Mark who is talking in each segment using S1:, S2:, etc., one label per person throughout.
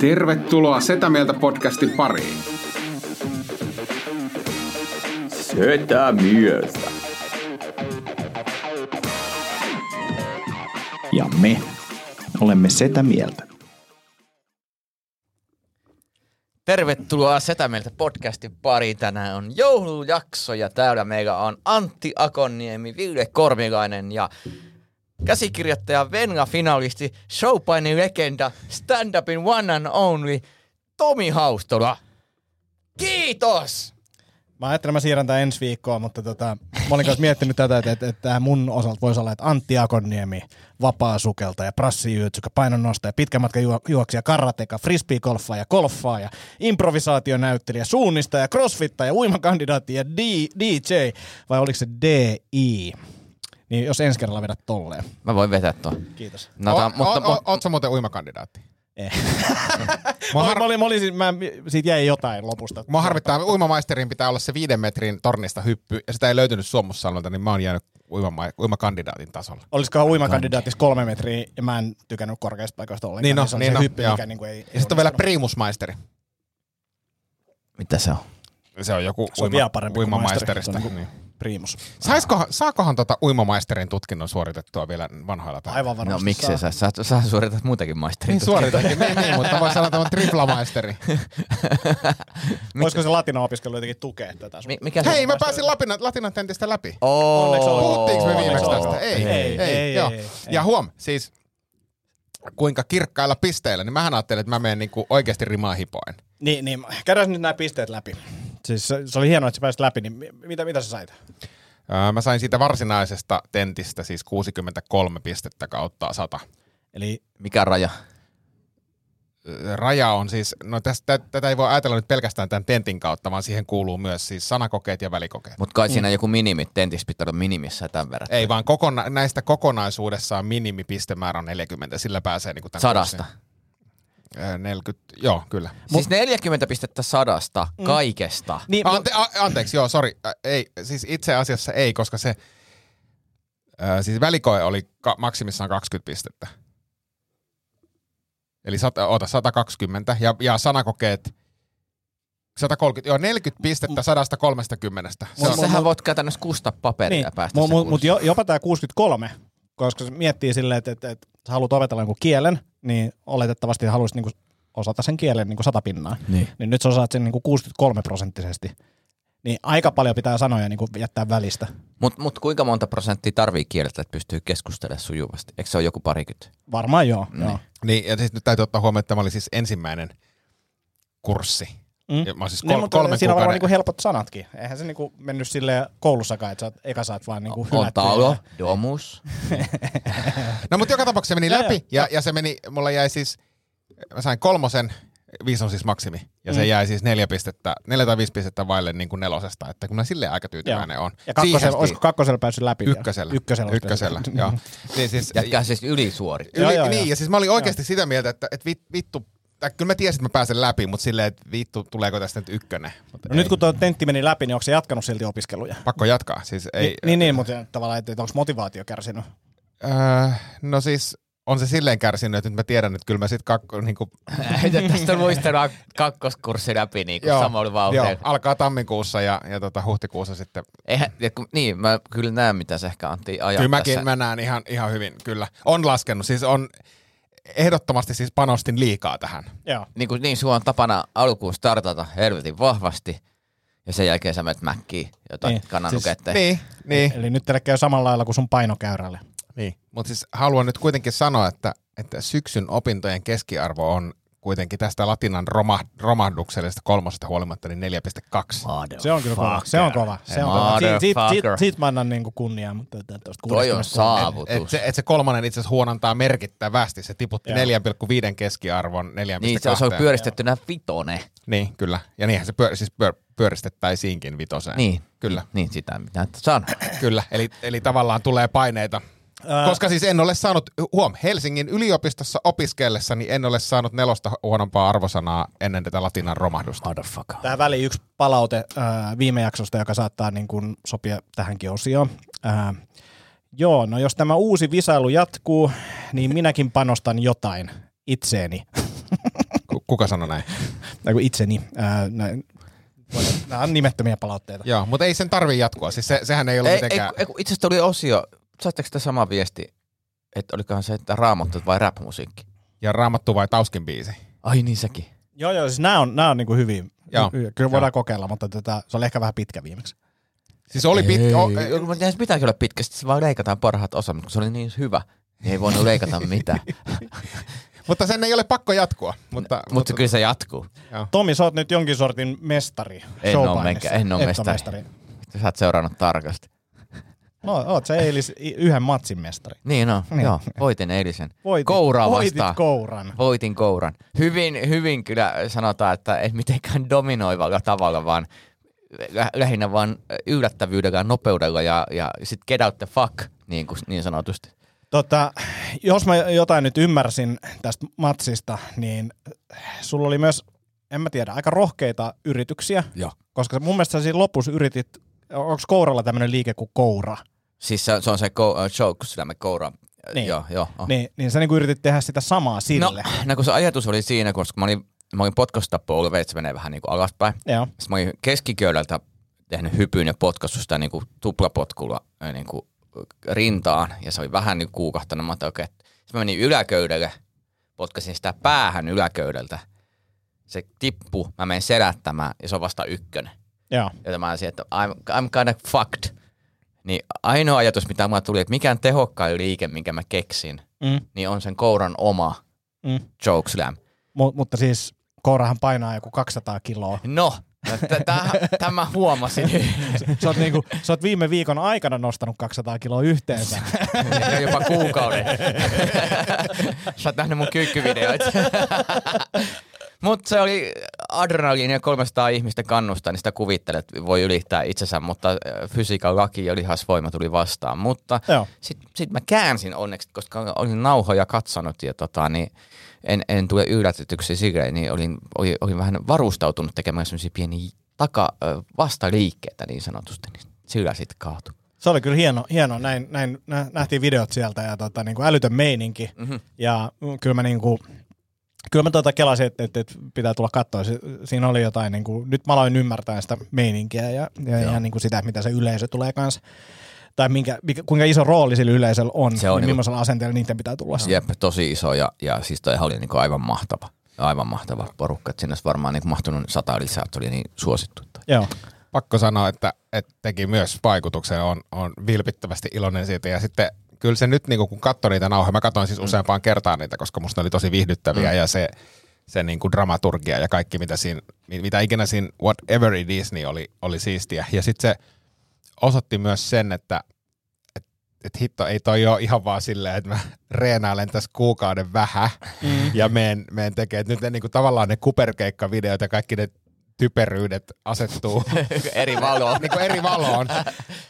S1: Tervetuloa Setä Mieltä podcastin pariin.
S2: Sötä myös.
S3: Ja me olemme sitä mieltä.
S4: Tervetuloa Setämieltä podcastin pariin. Tänään on joulujakso ja täällä meillä on Antti Akonniemi, Ville Kormilainen ja käsikirjoittaja Venga finalisti, showpainin legenda, stand-upin one and only Tomi Haustola. Kiitos!
S5: Mä ajattelin, että mä siirrän tämän ensi viikkoon, mutta tota, mä olin kanssa miettinyt tätä, että, että, että tää mun osalta voisi olla, että Antti Akonniemi, vapaa sukelta ja prassijyytsykä, painonnostaja, pitkän matkan juo- juoksija, karateka, frisbeegolfaaja, golfaaja, improvisaationäyttelijä, suunnistaja, crossfittaja, uimakandidaatti ja D, DJ, vai oliko se DI? Niin jos ensi kerralla vedät tolleen.
S4: Mä voin vetää tuon.
S5: Kiitos.
S4: No, tää- mutta,
S6: o, o, oot sä muuten uimakandidaatti?
S5: Eh. mä, olin, mä, olin, mä, olin, siis- mä, siitä jäi jotain lopusta.
S6: Mua harvittaa, uimamaisterin pitää olla se viiden metrin tornista hyppy, ja sitä ei löytynyt Suomussalmelta, niin mä oon jäänyt uimama, uimakandidaatin tasolla.
S5: Olisikohan uimakandidaatissa kolme metriä, ja mä en tykännyt korkeista paikoista ollenkaan.
S6: Niin on,
S5: se on
S6: niin
S5: se
S6: on,
S5: hyppy,
S6: joo.
S5: mikä niin kuin ei,
S6: Ja sitten on vielä primusmaisteri.
S4: mitä se on? No,
S6: Se on joku
S5: Se on vielä parempi kuin
S6: uimamaisterista.
S5: maisteri. Se on
S6: Niin.
S5: primus.
S6: Saiskohan, saakohan tota uimamaisterin tutkinnon suoritettua vielä vanhoilla päivillä?
S5: Aivan varmasti.
S4: No miksei sä, sä, sä suoritat muutakin maisterin
S6: Niin suoritakin, niin, niin, mutta voisi sanoa tämän triplamaisteri.
S5: Voisiko se latinaopiskelu jotenkin tukea tätä sun?
S4: Mi- mikä se
S6: Hei,
S4: on?
S6: mä pääsin Lapinan, Latinan tentistä läpi.
S5: Onneksi
S4: Oh,
S5: olkoon.
S6: Puhuttiinko me viimeksi
S5: Onneksi
S6: tästä? Ei, ei, ei.
S5: ei,
S6: joo.
S5: ei, ei.
S6: ja huom, siis kuinka kirkkailla pisteillä, niin mähän ajattelin, että mä menen niinku oikeasti rimaa hipoen.
S5: Niin, niin. Käydään nyt nämä pisteet läpi. Siis se, se oli hienoa, että sä pääsit läpi, niin mi- mitä, mitä sä sait?
S6: Öö, mä sain siitä varsinaisesta tentistä siis 63 pistettä kautta 100.
S5: Eli
S4: Mikä raja?
S6: Öö, Raja on siis, no tästä, tätä ei voi ajatella nyt pelkästään tämän tentin kautta, vaan siihen kuuluu myös siis sanakokeet ja välikokeet.
S4: Mut kai
S6: Niin.
S4: siinä joku minimi, tentis pitää olla minimissä tämän verran.
S6: Ei vaan kokona- näistä kokonaisuudessaan minimipistemäärä on 40, sillä pääsee niinku tämän
S4: Sadasta.
S6: kurssin. Öö, 40, joo, kyllä.
S4: Siis 40 pistettä sadasta kaikesta.
S5: niin,
S6: Ah, Ante- a- anteeksi, joo, sori. Ä, Ei, siis itse asiassa ei, koska se, ö, siis välikoe oli ka- maksimissaan 20 pistettä. Eli sata, oota, 120 ja, ja sanakokeet 130, joo, 40 pistettä 130. Se
S4: Mut
S6: on,
S5: Mut-
S4: sähän voit käytännössä kustaa paperia ja päästä
S5: mu-
S4: mu,
S5: mu- mut jo, jopa tämä 63, koska se miettii silleen, että, että, että sä haluat opetella jonkun kielen, niin oletettavasti haluaisit niinku osata sen kielen niinku sata pinnaa.
S4: Niin.
S5: Niin nyt sä osaat sen niinku 63 prosenttisesti. Niin aika paljon pitää sanoja niinku jättää välistä.
S4: mut, mut kuinka monta prosenttia tarvii kieltä, että pystyy keskustelemaan sujuvasti? Eikö se ole joku parikymmentä?
S5: Varmaan joo. joo.
S6: niin, ja siis nyt täytyy ottaa huomioon, että tämä oli siis ensimmäinen kurssi. Mm. Ja mä oon siis kol-
S5: Niin,
S6: niin,
S5: mutta
S6: kolmen
S5: siinä on varmaan
S6: kuukauden...
S5: niinku helpot sanatkin. Eihän se niinku mennyt silleen koulussakaan, että sä oot- eka saat vaan niinku
S4: On
S5: hylättyä.
S4: taulo, domus.
S6: No mutta joka tapauksessa se meni
S5: Joo,
S6: läpi ja, ja se meni, mulla jäi siis, mä sain kolmosen, viisi on siis maksimi, ja
S5: Mm.
S6: se jäi siis neljä, pistettä, neljä tai viisi pistettä vaille niin kuin nelosesta, että kun mä silleen aika tyytyväinen
S5: Joo.
S6: on.
S5: Ja kakkosella,
S6: Siihen
S5: olisiko kakkosella päässyt läpi? vielä?
S6: Ykkösellä.
S5: Ykkösellä. olisi
S6: Ykkösellä,
S5: päässyt.
S6: joo. Niin siis,
S4: Jätkää siis ylisuori.
S6: yli,
S5: Joo, joo,
S6: niin,
S5: joo.
S6: ja siis mä olin oikeasti sitä mieltä, että, että vit- vittu, tai kyllä mä tiesin, että mä pääsen läpi, mutta silleen, että vittu, tuleeko tästä nyt ykkönen. Mutta
S5: No nyt kun tuo tentti meni läpi, niin onko se jatkanut silti opiskeluja?
S6: Pakko jatkaa, siis ei.
S5: Ni- niin, niin, mutta tavallaan, että onko motivaatio kärsinyt?
S6: Öö, no siis on se silleen kärsinyt, että nyt mä tiedän, että kyllä mä sit kakko, niin kuin,
S4: Ja Tästä muistellaan kakkoskurssi läpi niin kuin
S6: Joo,
S4: samalla
S6: joo,
S4: vauhdilla.
S6: alkaa tammikuussa ja, ja tota, huhtikuussa sitten
S4: Eihän, ja kun, niin, mä kyllä näen, mitä se ehkä Antti ajaa
S6: Kyllä mäkin
S4: tässä.
S6: mä näen ihan, ihan hyvin, kyllä. On laskenut, siis on ehdottomasti siis panostin liikaa tähän.
S5: Joo.
S4: Niin, kuin, niin sulla on tapana alkuun startata helvetin vahvasti, ja sen jälkeen sä menet mäkkiin jotain niin,
S5: Niin,
S4: kannan
S5: siis-
S4: siis,
S6: Niin, niin.
S5: Eli nyt teille käy samalla lailla kuin sun painokäyrälle.
S6: niin. Mutta siis haluan nyt kuitenkin sanoa, että, että syksyn opintojen keskiarvo on kuitenkin tästä latinan roma, romahduksellisesta kolmosesta huolimatta niin 4,2.
S5: Se on kyllä kova. Se on kova. Se on kova. Siitä, siitä, siitä,
S4: Motherfucker.
S5: siitä mä annan niinku kunniaa. Mutta tästä
S4: Toi on
S5: 63.
S4: saavutus.
S6: Et se, et se kolmannen itse asiassa huonontaa merkittävästi. Se tiputti
S5: Joo.
S6: 4,5 keskiarvon 4,2.
S4: Niin, se, se on pyöristettynä vitone.
S6: niin kyllä. Ja niinhän se pyör, siis pyör, pyöristettäisiinkin vitoseen.
S4: Niin.
S6: Kyllä.
S4: Niin, sitä mitä et sano.
S6: Kyllä, eli, eli tavallaan tulee paineita.
S5: Ää-
S6: Koska siis en ole saanut, huom, Helsingin yliopistossa opiskellessani en ole saanut nelosta huonompaa arvosanaa ennen tätä latinan romahdusta.
S4: Motherfucker.
S5: Tähän väliin yksi palaute ää, viime jaksosta, joka saattaa niin kuin, sopia tähänkin osioon. Ää, joo, no jos tämä uusi visailu jatkuu, niin minäkin panostan jotain itseeni.
S6: Ku- kuka sanoi näin?
S5: tai kun itseni. Ää, näin. Nämä on nimettömiä palautteita.
S6: Joo, mutta ei sen tarvi jatkua. Siis se, sehän ei ollut
S4: Ei, ei,
S6: mitenkään...
S4: ei, kun itse asiassa tuli osio, saatteko sitä sama viesti, että olikohan se, että raamattut vai rap-musiikki?
S6: Ja raamattu vai Tauskin biisi?
S4: Ai niin sekin.
S5: Joo, joo, siis nämä on, nämä on niinku hyviä.
S6: Joo.
S5: Joo. Kyllä voidaan kokeilla, mutta tätä, se oli ehkä vähän pitkä viimeksi.
S6: Siis oli pitkä... O,
S4: Ei, kun Eihän se pitääkin olla pitkä, sit se vaan leikataan parhaat osat, mutta kun se oli niin hyvä, niin ei voinut leikata mitään.
S6: mutta sen ei ole pakko jatkua. Mutta,
S4: mutta kyllä se jatkuu.
S5: Tomi, sä oot nyt jonkin sortin mestari
S4: En oo
S5: showpainissa.
S4: menkään- en oo
S5: Et oo
S4: mestari. Sä oot seurannut tarkasti.
S5: No, oot sä eilis i- yhden matsin mestari.
S4: Niin on,
S5: Niin.
S4: joo. Voitin eilisen.
S5: Voitit,
S4: Kouraa
S5: voitit
S4: vastaan.
S5: kouran.
S4: Voitin kouran. Hyvin, hyvin kyllä sanotaan, että ei mitenkään dominoivalla tavalla, vaan lä- lähinnä vaan yllättävyydellä, nopeudella ja, ja sit get out the fuck, niin, kuin, niin sanotusti.
S5: Tota, jos mä jotain nyt ymmärsin tästä matsista, niin sulla oli myös, en mä tiedä, aika rohkeita yrityksiä.
S4: Joo.
S5: Koska mun mielestä sä siinä lopussa yritit, onko kouralla tämmöinen liike kuin koura?
S4: Siis se, se on se kou, äh, show, kun sydämen koura. Äh,
S5: Niin.
S4: Joo, joo. on.
S5: Niin, niin sä niinku yritit tehdä sitä samaa sille.
S4: No, no kun se ajatus oli siinä, koska mä olin, mä olin potkosta polve, että se menee vähän niin kuin alaspäin.
S5: Joo.
S4: Sitten Siis mä olin keskiköydältä tehnyt hypyn ja potkassut sitä niin kuin tuplapotkulla äh, niin kuin rintaan, ja se oli vähän niin kuin kuukahtanut. Mä ajattelin, okei, että- sitten mä menin yläköydelle, potkasin sitä päähän yläköydeltä. Se tippu, mä menin selättämään, ja se on vasta ykkönen.
S5: Joo.
S4: Jota mä olisin, että I'm, I'm kinda fucked. Niin ainoa ajatus, mitä mulla tuli, että mikään tehokkain liike, minkä mä keksin,
S5: Mm,
S4: niin on sen kouran oma
S5: mm.
S4: choke slam.
S5: Mu- mutta siis kourahan painaa joku 200 kiloa.
S4: No, t- t- tämä huomasin.
S5: Sä oot, niinku, sä oot viime viikon aikana nostanut 200 kiloa yhteensä.
S4: Jopa kuukauden. Sä oot nähnyt mun kyykkyvideoita. Mutta se oli adrenaliinia 300 ihmistä kannusta, niin sitä kuvittelet, että voi ylittää itsensä, mutta äh, fysiikan laki ja lihasvoima tuli vastaan. Mutta
S5: Joo.
S4: sitten sit mä käänsin onneksi, koska olin nauhoja katsonut ja tota, niin en, en tule yllätetyksi silleen, niin olin, olin, olin vähän varustautunut tekemään semmoisia pieniä taka, ö, vastaliikkeitä niin sanotusti, niin sillä sitten kaatui.
S5: Se oli kyllä hieno, hieno. Näin, näin nä- nähtiin videot sieltä ja tota, niin kuin älytön meininki.
S4: Mhm.
S5: Mm-hmm. Ja mm, kyllä mä, niin kuin, kyllä mä tota kelasin, että, että, että pitää tulla katsoa. Si- Siinä oli jotain, niin kuin, nyt mä aloin ymmärtää sitä meininkiä ja, ja ihan niin kuin sitä, mitä se yleisö tulee kanssa. Tai minkä, mikä, kuinka iso rooli sillä yleisöllä on,
S4: Se
S5: se
S4: on
S5: on ja
S4: niinku-
S5: millaisella asenteella niiden pitää tulla. sinne.
S4: Jep, tosi iso ja, ja siis toi oli niin aivan mahtava. Aivan mahtava porukka, että sinne olisi varmaan niin mahtunut sata lisää, että oli niin suosittu.
S5: Joo.
S6: pakko sanoa, että, että teki myös vaikutuksen, on, on vilpittävästi iloinen siitä. Ja sitten kyllä se nyt, niin kun katsoi niitä nauhoja, mä katsoin siis useampaan kertaan niitä, koska musta ne oli tosi viihdyttäviä ja se, se niin kuin dramaturgia ja kaikki, mitä, siinä, mi- mitä ikinä siinä Whatever It Is, niin oli, oli siistiä. Ja sitten se osoitti myös sen, että et- et hitto, ei toi ole ihan vaan silleen, että mä reenailen tässä kuukauden vähän ja meen, meen tekee. Et nyt ne, niin kuin, tavallaan ne kuperkeikkavideot ja kaikki ne typeryydet asettuu
S4: Eri valoa.
S6: niin kuin eri valoon.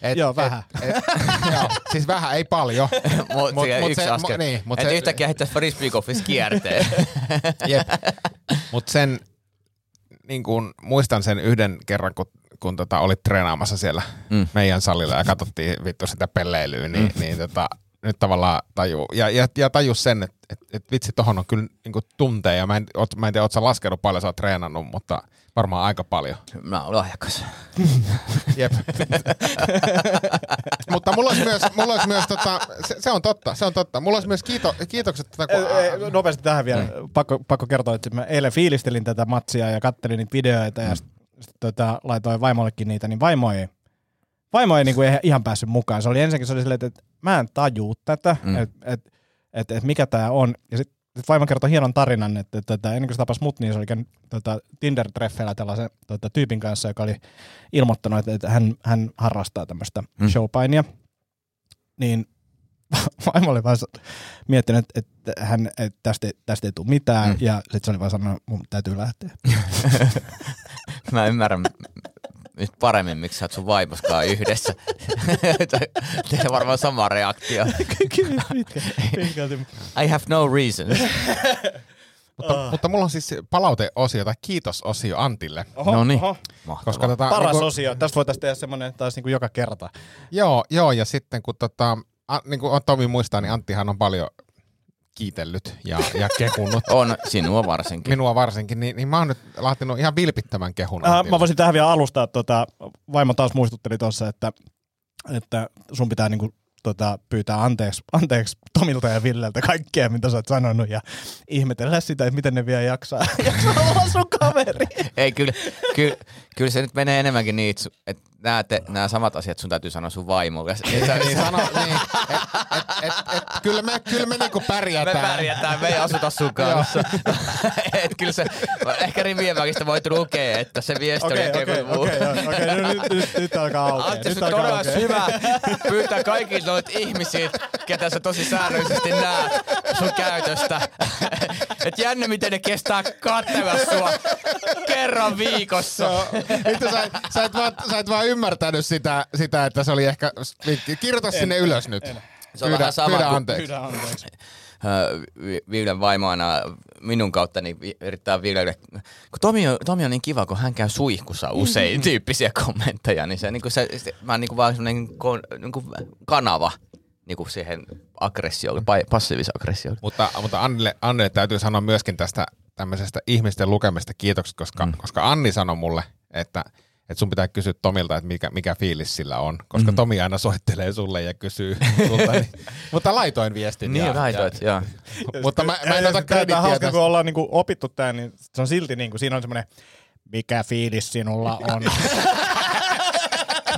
S6: Et,
S5: Joo, vähän.
S6: Et, et, joo, siis vähän, ei paljon.
S4: Mut, mut,
S6: mut
S4: yksi
S6: se-
S4: se,
S6: mu-
S4: askel.
S6: niin, mut
S4: Et
S6: se-
S4: yhtäkkiä heittäisi frisbeegolfissa kierteen.
S6: Jep. Mutta sen, niin kuin, muistan sen yhden kerran, kun, kun tota, olit treenaamassa siellä
S4: Mm.
S6: mm. meidän salilla ja katsottiin vittu sitä pelleilyä, niin, mm. niin tota, nyt tavallaan tajuu, ja, ja, ja tajus sen, että et, et vitsi, tohon on kyllä niin kuin, tuntee, ja mä en, oot, mä en tiedä, oot sä laskenut paljon, sä oot treenannut, mutta varmaan aika paljon.
S4: Mä oon lahjakas.
S6: Jep. Mutta mulla olisi myös, mulla olisi myös tota, se, se, on totta, se on totta. Mulla olisi myös kiito, kiitokset tätä, kun,
S5: Ei, no, ei, Nopeasti tähän vielä. Pakko, pakko kertoa, että mä eilen fiilistelin tätä matsia ja kattelin niitä videoita ja sit, sit, tota, laitoin vaimollekin niitä, niin vaimo ei, vaimo ei niinku ihan- ihan päässyt mukaan. Se oli ensinnäkin se oli silleen, että mä en tajuu tätä,
S4: Mm.
S5: mm. että et, et, et mikä tämä on. Ja sitten sit vaimo kertoi hienon tarinan, että et, tota, ennen kuin se tapasi mut, niin se oli käynyt tota, Tinder-treffeillä tällaisen tota, tyypin kanssa, joka oli ilmoittanut, että, että hän, hän harrastaa tämmöistä
S4: Mm.
S5: mm. showpainia. Niin vaimo oli vaan miettinyt, että hän, että tästä, ei- tästä ei tule mitään,
S4: Mm.
S5: mm. ja sitten se oli vaan sanonut, mun täytyy lähteä.
S4: Mä ymmärrän nyt paremmin, miksi sä oot sun vaimoskaan yhdessä. Teillä on varmaan sama reaktio. I have no reason.
S6: mutta, mutta mulla on siis palauteosio tai kiitososio Antille.
S5: Oho,
S4: No niin.
S5: oho.
S6: Koska
S4: Mahtavaa.
S6: tota,
S5: Paras
S6: niinku-
S5: osio. Tästä voitaisiin tehdä semmoinen taas niinku joka kerta.
S6: Joo, joo, ja sitten kun tota, a, niin kuin Tomi muistaa, niin Anttihan on paljon kiitellyt ja, ja kehunnut.
S4: On sinua varsinkin.
S6: Minua varsinkin, niin, niin mä oon nyt lähtenyt ihan vilpittömän kehun.
S5: Äh,
S6: antille.
S5: mä voisin tähän vielä alustaa. Tota, vaimo taas muistutteli tuossa, että, että sun pitää niinku, tota, pyytää anteeksi, anteeksi Tomilta ja Villeltä kaikkea, mitä sä oot sanonut, ja ihmetellä sitä, että miten ne vielä jaksaa, jaksaa olla sun kaveri.
S4: Ei, kyllä, kyllä, kyllä se nyt menee enemmänkin niin, että nämä, te, nämä samat asiat sun täytyy sanoa sun vaimolle. Ei sä-
S6: niin sano, niin, et, et, et, et, kyllä me, kyllä me niinku
S4: Me
S6: pärjätään.
S4: pärjätään, me ei asuta sun kanssa. Et kyllä se, ehkä rivien välistä voit lukea, että se viesti oli
S5: Okei,
S4: joku
S5: okei,
S4: muu.
S5: okei, joo, okei, no nyt, nyt, nyt alkaa aukeaa.
S4: Antti,
S5: nyt
S4: sun todella
S5: aukeaa.
S4: syvä pyytää kaikilta noita ihmisiä, ketä sä tosi säännöllisesti näet sun käytöstä. Et jännä, miten ne kestää katsella sua kerran viikossa.
S6: Joo. Vittu, sä, sä, et vaan, sä et vaan ymmärtänyt sitä, sitä, että se oli ehkä vinkki. Kirjoita sinne ylös nyt.
S4: Se on vähän sama
S6: pyydä
S4: kuin-
S6: anteeksi.
S5: Pyydä anteeksi.
S4: Ö, Vi- Villen vaimo aina minun kautta niin vi- yrittää Villelle, kun Tomi on, Tomi on niin kiva, kun hän käy suihkussa usein tyyppisiä kommentteja, niin se, niin kuin se, se mä oon niin kuin vaan semmoinen kon, niin kuin kanava niin kuin siihen aggressiolle, pa- passiivis-aggressiolle.
S6: Mutta, mutta Annille, Annille täytyy sanoa myöskin tästä tämmöisestä ihmisten lukemista kiitokset, koska, mm. koska Anni sanoi mulle, että, että sun pitää kysyä Tomilta, että mikä, mikä fiilis sillä on, koska mm. Tomi aina soittelee sulle ja kysyy sulta, niin, mutta laitoin viestin. ja,
S4: Niin, laitoit, joo.
S6: Ja, mutta mä, mä en
S5: Ja
S6: ota
S5: tää- Tää
S6: kredittiä
S5: on hauska,
S6: tästä.
S5: kun ollaan niinku opittu tää, niin se on silti niinku, siinä on semmoinen, mikä fiilis sinulla on.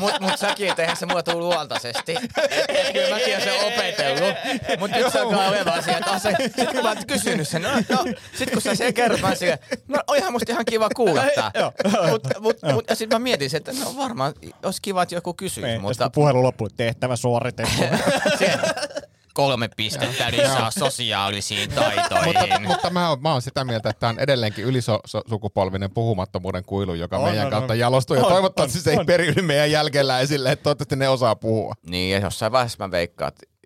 S4: Mut, mut säkin, et eihän se mua tuu luontaisesti. Et, et kyllä mäkin oon sen opetellut. Mut nyt se alkaa olemaan siellä taas. se- Sit kun mä oon kysynyt sen, no, no sit kun sä sen kerrot, mä oon silleen, no on ihan musta ihan kiva kuulla tää.
S5: Joo.
S4: mut, mut, mut, ja sit mä mietin sen, että no varmaan olisi kiva, että joku kysyisi,
S5: Niin,
S4: mutta
S5: mutta... puhelu loppuu, tehtävä suoritettu.
S4: se- kolme pistettä lisää sosiaalisiin
S5: niin.
S6: Mutta,
S4: taitoihin.
S6: mutta mä, oon, mä oon sitä mieltä, että tämä on edelleenkin ylisukupolvinen puhumattomuuden kuilu, joka
S5: On,
S6: on, meidän
S5: on,
S6: kautta
S5: on.
S6: jalostuu. Ja
S5: On,
S6: toivottavasti
S5: on,
S6: se ei
S5: on.
S6: periydy meidän jälkeläisille, että toivottavasti ne osaa puhua.
S4: Niin, ja jossain vaiheessa mä veikkaan, että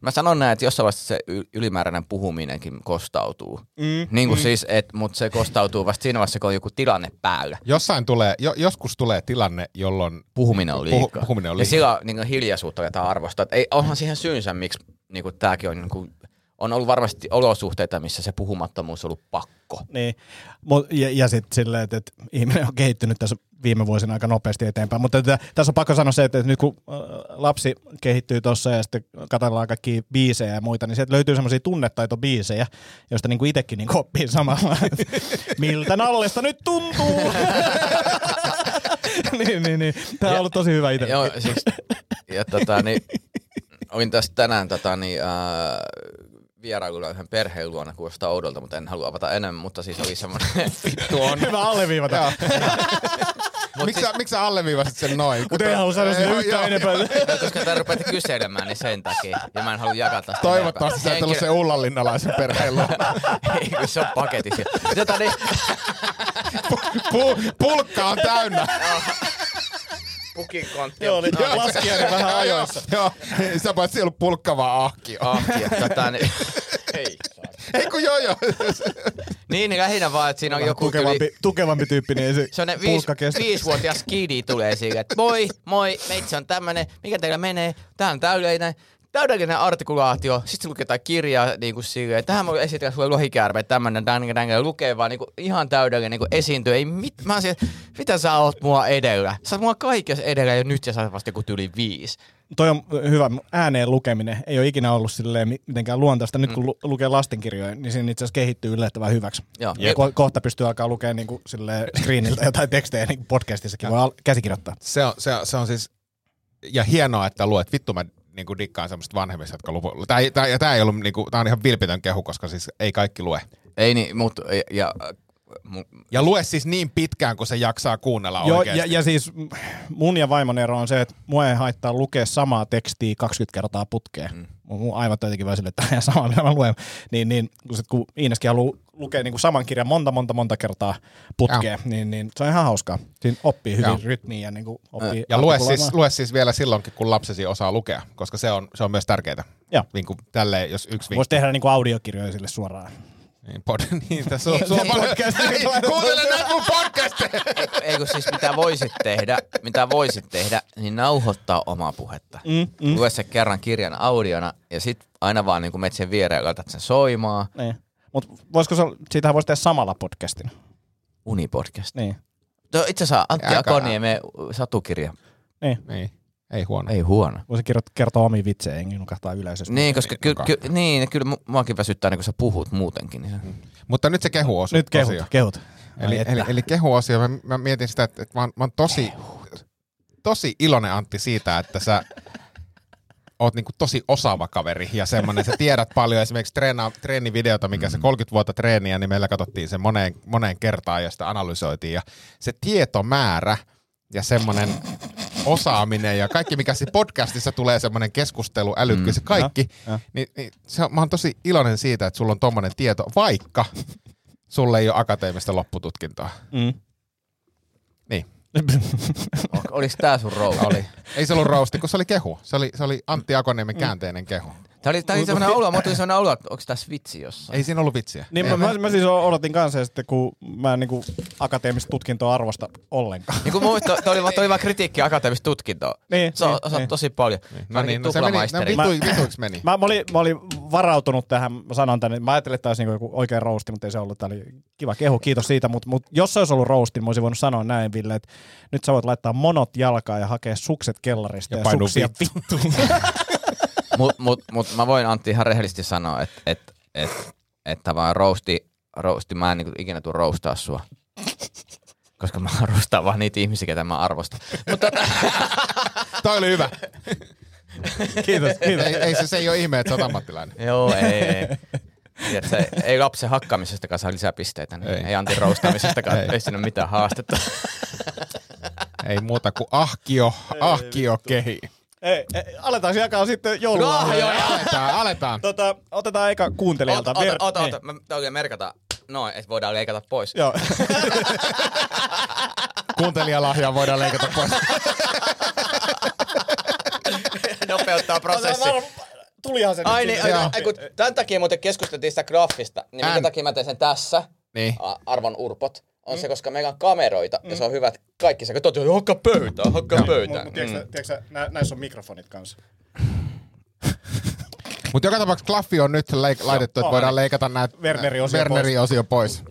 S4: Mä sanon näin, että jossain vaiheessa se y- ylimääräinen puhuminenkin kostautuu. Mm, niin kuin mm. siis, et, mutta se kostautuu vasta siinä vaiheessa, kun on joku tilanne päällä.
S6: Jossain tulee, jo, joskus tulee tilanne, jolloin
S4: Puhuminen on liikaa.
S6: Puhu- puhuminen on
S4: Ja
S6: liikaa.
S4: sillä niin kuin hiljaisuutta aletaan arvostaa. Et ei, onhan siihen syynsä, miksi niin kuin tämäkin on, niin kuin, on ollut varmasti olosuhteita, missä se puhumattomuus on ollut pakko.
S5: niin. Mut- Ja, ja sitten silleen, että, että ihminen on kehittynyt tässä viime vuosina aika nopeasti eteenpäin. Mutta tätä, tässä on pakko sanoa se, että että nyt kun äh, lapsi kehittyy tuossa ja sitten katsellaan kaikki biisejä ja muita, niin sieltä löytyy semmoisia tunnetaitobiisejä, joista niinku itsekin niinku oppii samalla, että miltä nallesta nyt tuntuu. niin, niin, niin. Tämä on ollut tosi hyvä itse.
S4: Joo, siis, ja tota, niin, olin tässä tänään tota, niin, ää, vierailulla yhden perheen luona, kuulostaa oudolta, mutta en halua avata enemmän, mutta siis oli semmoinen... Vittu on.
S5: Hyvä alleviivata.
S6: Miksi sä, miksi sä alleviivasit sen noin?
S5: Mutta ei halua sanoa sinne
S6: Joo,
S5: yhtään
S6: joo.
S5: enempää.
S4: Koska te rupeatte kyselemään, niin sen takia. Ja mä en halua jakaa tästä.
S6: Toivottavasti sä et ollut
S4: enempää.
S6: se Ullanlinnalaisen perheen luo.
S4: Ei, kun se on paketissa. Tota, niin,
S6: Pu- Pulkka on täynnä.
S4: pukin kontti.
S5: Joo, niin laskijainen vähän ajoissa.
S6: Joo, joo. Sä paitsi ei ollut pulkka, vaan ahkio.
S4: Ahtia, tota, niin, ei.
S6: Ei kun joo joo.
S4: Niin, niin lähinnä vaan, että siinä on joku
S5: tukevampi,
S4: yli...
S5: tukevampi tyyppi, niin ei se,
S4: Se on ne viis,
S5: pulkka kestä.
S4: viisivuotias kidi tulee siihen, että moi, moi, meitsi on tämmönen, mikä teillä menee, tää on täydellinen, täydellinen artikulaatio, sitten se lukee jotain kirjaa niin kuin silleen, tähän mä esitän sulle lohikäärme, tämmönen, tämmönen, tämmönen, lukee vaan niin kuin, ihan täydellinen niin kuin esiintyy, ei mit, mä oon siellä, mitä sä oot mua edellä, sä oot mua kaikessa edellä jo nyt ja sä oot vasta joku tyyli viisi.
S5: Toi on hyvä. Ääneen lukeminen ei ole ikinä ollut silleen mi- mitenkään luontaista. Nyt kun lu- lukee lastenkirjoja, niin siinä itse asiassa kehittyy yllättävän hyväksi.
S4: Joo.
S5: Ja ko- kohta pystyy alkaa lukemaan niin kuin silleen screeniltä jotain tekstejä, niin kuin podcastissakin voi al- käsikirjoittaa.
S6: Se on, se, on, se on siis, ja hienoa, että luet. Vittu mä niinku dikkaan semmoista vanhemmista, jotka lupu... Tää, ei- tää, ja tää, ei ollut, niinku, tää on ihan vilpitön kehu, koska siis ei kaikki lue.
S4: Ei niin, mut, ja, ja äh, mu,
S6: Ja lue siis niin pitkään, kun se jaksaa kuunnella Joo,
S5: Joo,
S6: oikeesti.
S5: ja, ja siis mm, mun ja vaimon ero on se, että mua ei haittaa lukea samaa tekstiä 20 kertaa putkeen. Mm. Mun aivot on jotenkin vähän sille, että ihan samaa mitä mä luen. Niin, niin kun, sit, kun Iineskin haluaa lukea niin kuin saman kirjan monta, monta, monta kertaa putkeen, niin, niin se on ihan hauskaa. Siinä oppii hyvin
S6: Joo.
S5: rytmiä ja niin kuin oppii
S6: Ja lue siis,
S5: artikuloimaan.
S6: lue siis vielä silloinkin, kun lapsesi osaa lukea, koska se on, se on myös tärkeää.
S5: Joo.
S6: Niin kuin tälleen, jos yksi vinkki.
S5: Voisi tehdä niin kuin audiokirjoja sille niinku suoraan.
S6: Niin, pod, niin tässä on suomalainen.
S5: podcastiin laitetaan.
S6: Kuuntele näitä mun podcasteja.
S4: Ei kun siis mitä voisit tehdä, mitä voisit tehdä, niin nauhoittaa omaa puhetta. Mm, mm. Lue se kerran kirjan audiona ja sit aina vaan niin met sen viereen ja laitat sen soimaan.
S5: Niin. Mut voisiko se, siitähän voisi tehdä samalla podcastin.
S4: Unipodcast.
S5: Niin.
S4: No, itse asiassa Antti
S6: Älkää.
S4: Akoniemen satukirja.
S5: Niin.
S6: Niin, ei huono.
S4: Ei huono.
S5: Voisi kirjoittaa, kertoa omia vitsejä, enkin nukahtaa yleisössä.
S4: Niin, koska ky- ky- niin, kyllä mu- muakin väsyttää, niin kun sä puhut muutenkin. Niin se-
S6: Mutta nyt se kehuosio.
S5: Nyt kehut,
S6: osio.
S5: kehut.
S6: Eli,
S5: Ai
S6: eli,
S5: että.
S6: eli kehuosio, mä, mä mietin sitä, että, että mä, oon, mä oon tosi, tosi iloinen Antti siitä, että sä oot niinku tosi osaava kaveri ja semmonen, sä tiedät paljon esimerkiksi treena, treenivideota, mikä
S5: Mm.
S6: se 30 vuotta treeniä, niin meillä katsottiin se moneen, moneen kertaan ja sitä analysoitiin ja se tietomäärä ja semmonen osaaminen ja kaikki, mikä siinä podcastissa tulee, semmoinen keskustelu, älykkyys, mm. kaikki,
S5: Joo, joo.
S6: niin, niin se, on- mä oon tosi iloinen siitä, että sulla on tommonen tieto, vaikka sulle ei ole akateemista loppututkintoa.
S5: Mm.
S6: Niin.
S4: O- Oliks tää sun rooli? Oli.
S6: Ei se ollut rousti, kun se oli kehu. Se oli, se oli Antti Akoniemen
S5: Mm.
S6: käänteinen kehu.
S4: Tää oli, tää oli sellainen olo, mä tuli sellainen olo, että onks tää switchi jossain?
S6: Ei siinä ollut vitsiä.
S5: Niin
S6: Ei.
S5: mä, mä, mä, siis odotin kanssa ja sitten kun mä en niinku akateemista tutkintoa arvosta ollenkaan.
S4: Niin kuin muista, toi oli, vaan- toi oli vaan kritiikki akateemista tutkintoa.
S5: Niin,
S4: Se on,
S5: niin,
S4: se on
S5: niin.
S4: tosi paljon.
S6: No niin, no se meni, no
S4: Tuplamaisteri.
S6: vitu, vituiksi meni.
S5: Mä, mä, olin, mä olin varautunut tähän, mä sanon tänne, mä ajattelin, että tämä olisi niinku joku oikein rousti, mutta ei se ollut, tämä oli kiva kehu, kiitos siitä, mutta mut, jos se olisi ollut rousti, niin mä olisin voinut sanoa näin, Ville, että nyt sä voit laittaa monot jalkaan ja hakea sukset kellarista
S6: Ja
S5: ja, ja
S6: painua
S5: suksia vittuun.
S4: mut, mut, mut mä voin Antti ihan rehellisesti sanoa, että et, et, et tavallaan rousti, rousti, mä en niinku ikinä tuu roustaa sua. Koska mä arvostan vaan niitä ihmisiä, ketä mä arvostan. Mutta
S6: Toi oli hyvä.
S5: kiitos, kiitos.
S6: Ei, ei se, se ei ole ihme, että sä oot ammattilainen.
S4: joo, ei, ei. Tiedätkö, ei lapsen hakkaamisestakaan saa lisäpisteitä, niin ei,
S6: Ei.
S4: ei Antin roustamisestakaan,
S6: Ei.
S4: ei. ei siinä ole mitään haastetta.
S6: Ei muuta kuin ahkio, ahkio kehi.
S5: Ei, ei, aletaan jakaa sitten
S4: No,
S5: joululahjoja.
S4: joo,
S6: Aletaan, aletaan.
S5: Tota, otetaan eka kuuntelijalta.
S4: Ota, ota,
S5: Ver-
S4: ota,
S5: niin.
S4: ota. Mä pitää oikein merkata. Noin, että voidaan leikata pois.
S5: Joo.
S6: Kuuntelijalahjaa voidaan leikata pois.
S4: Nopeuttaa prosessi.
S5: Tulihan se
S4: Ai
S5: nyt
S4: niin,
S5: sinne.
S4: ai, ai, kun tämän takia muuten keskusteltiin sitä graffista, niin minkä
S6: Ään.
S4: takia mä teen sen tässä,
S6: Niin.
S4: a- arvon urpot, on
S5: Mm.
S4: se, koska meillä on kameroita ja se on hyvät kaikki se, kun tuot, hakka pöytään, hakka pöytään.
S5: Mut tiedätkö, tiedätkö sä, nä, näissä on mikrofonit kanssa.
S6: Mutta joka tapauksessa klaffi on nyt leik- laitettu, että voidaan leikata nämä
S5: Wernerin osio pois.
S6: Wernerin osio pois.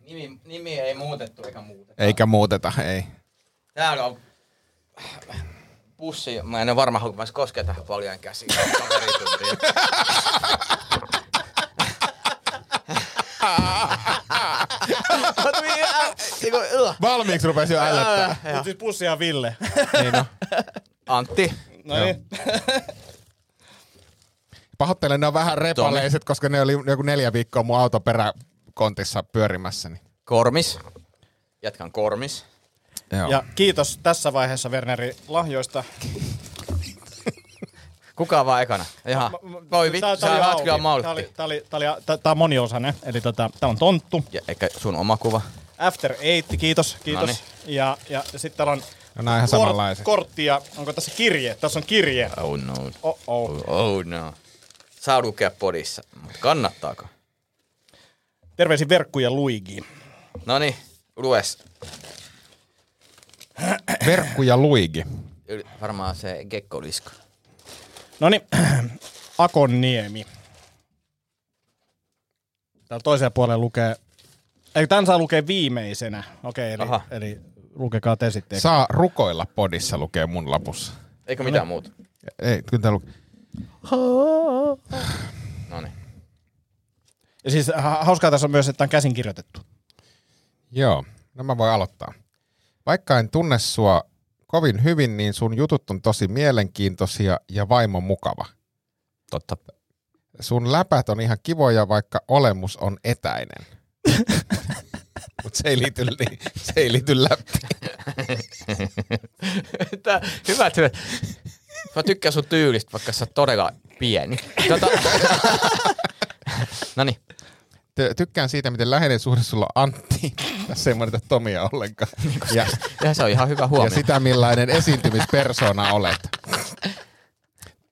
S4: Nimi, nimi ei muutettu eikä muuta.
S6: Eikä muuteta, ei.
S4: Täällä on pussi, mä en ole varma, haluanko mä edes koskea tähän paljon käsiin. Kaverituntiin. Mut mihin, äh, niinku, yh.
S6: Valmiiksi rupesi jo älättää.
S5: Mut siis Pussi ja Ville.
S6: Niin no.
S4: Antti,
S5: No niin.
S6: Pahoittelen, ne on vähän repaleiset, koska ne oli joku neljä viikkoa mun auton peräkontissa pyörimässä. Niin.
S4: Kormis. Jatkan Kormis.
S6: Joo.
S5: Ja kiitos tässä vaiheessa Werneri lahjoista.
S4: Kuka vaan ekana? Jaha. Voi vittu,
S5: Tää- tää
S4: sä
S5: oli
S4: oot
S5: auki.
S4: kyllä
S5: Tää oli-
S4: maltti.
S5: tää oli- tää oli- tää- Tää on moniosainen, eli tota, tää on tonttu.
S4: Ja eikä sun oma kuva.
S5: After Eight, kiitos,
S4: Noniin.
S5: kiitos. Ja, ja, ja sitten täällä on
S6: No nää on ihan samanlaiset.
S5: kortti ja onko tässä kirje? Tässä on kirje.
S4: Oh no.
S5: Oh, oh.
S4: Oh no. Saa lukea podissa. Mut kannattaako?
S5: Terveisin verkkuja Luigi.
S4: No niin, lues.
S6: Verkku ja Luigi.
S4: Yl- Varmaan se gekkolisko.
S5: No niin, Akonniemi. Täällä toisella puolella lukee, ei tämän saa lukea viimeisenä. Okei, eli,
S4: Aha.
S5: eli lukekaa te sitten.
S6: Saa rukoilla podissa, lukee mun lapussa.
S4: Eikö mitään muuta?
S6: Ei, kyllä tää lukee.
S4: No niin.
S5: Ja siis ha- hauskaa tässä on myös, että tämä on käsin kirjoitettu.
S6: Joo, no mä voin aloittaa. Vaikka en tunne sua kovin hyvin, niin sun jutut on tosi mielenkiintoisia ja vaimo mukava.
S4: Totta.
S6: Sun läpät on ihan kivoja, vaikka olemus on etäinen. Mut se ei liity, li- se ei liity läpi.
S4: Tää, hyvä työ. Mä tykkään sun tyylistä, vaikka sä oot todella pieni. Tota... no niin.
S6: Ty- tykkään siitä, miten läheinen suhde sulla on Antti. Tässä ei mainita Tomia ollenkaan. Ja,
S4: Ja se on ihan hyvä
S6: ja
S4: huomio.
S6: sitä, millainen esiintymispersona olet.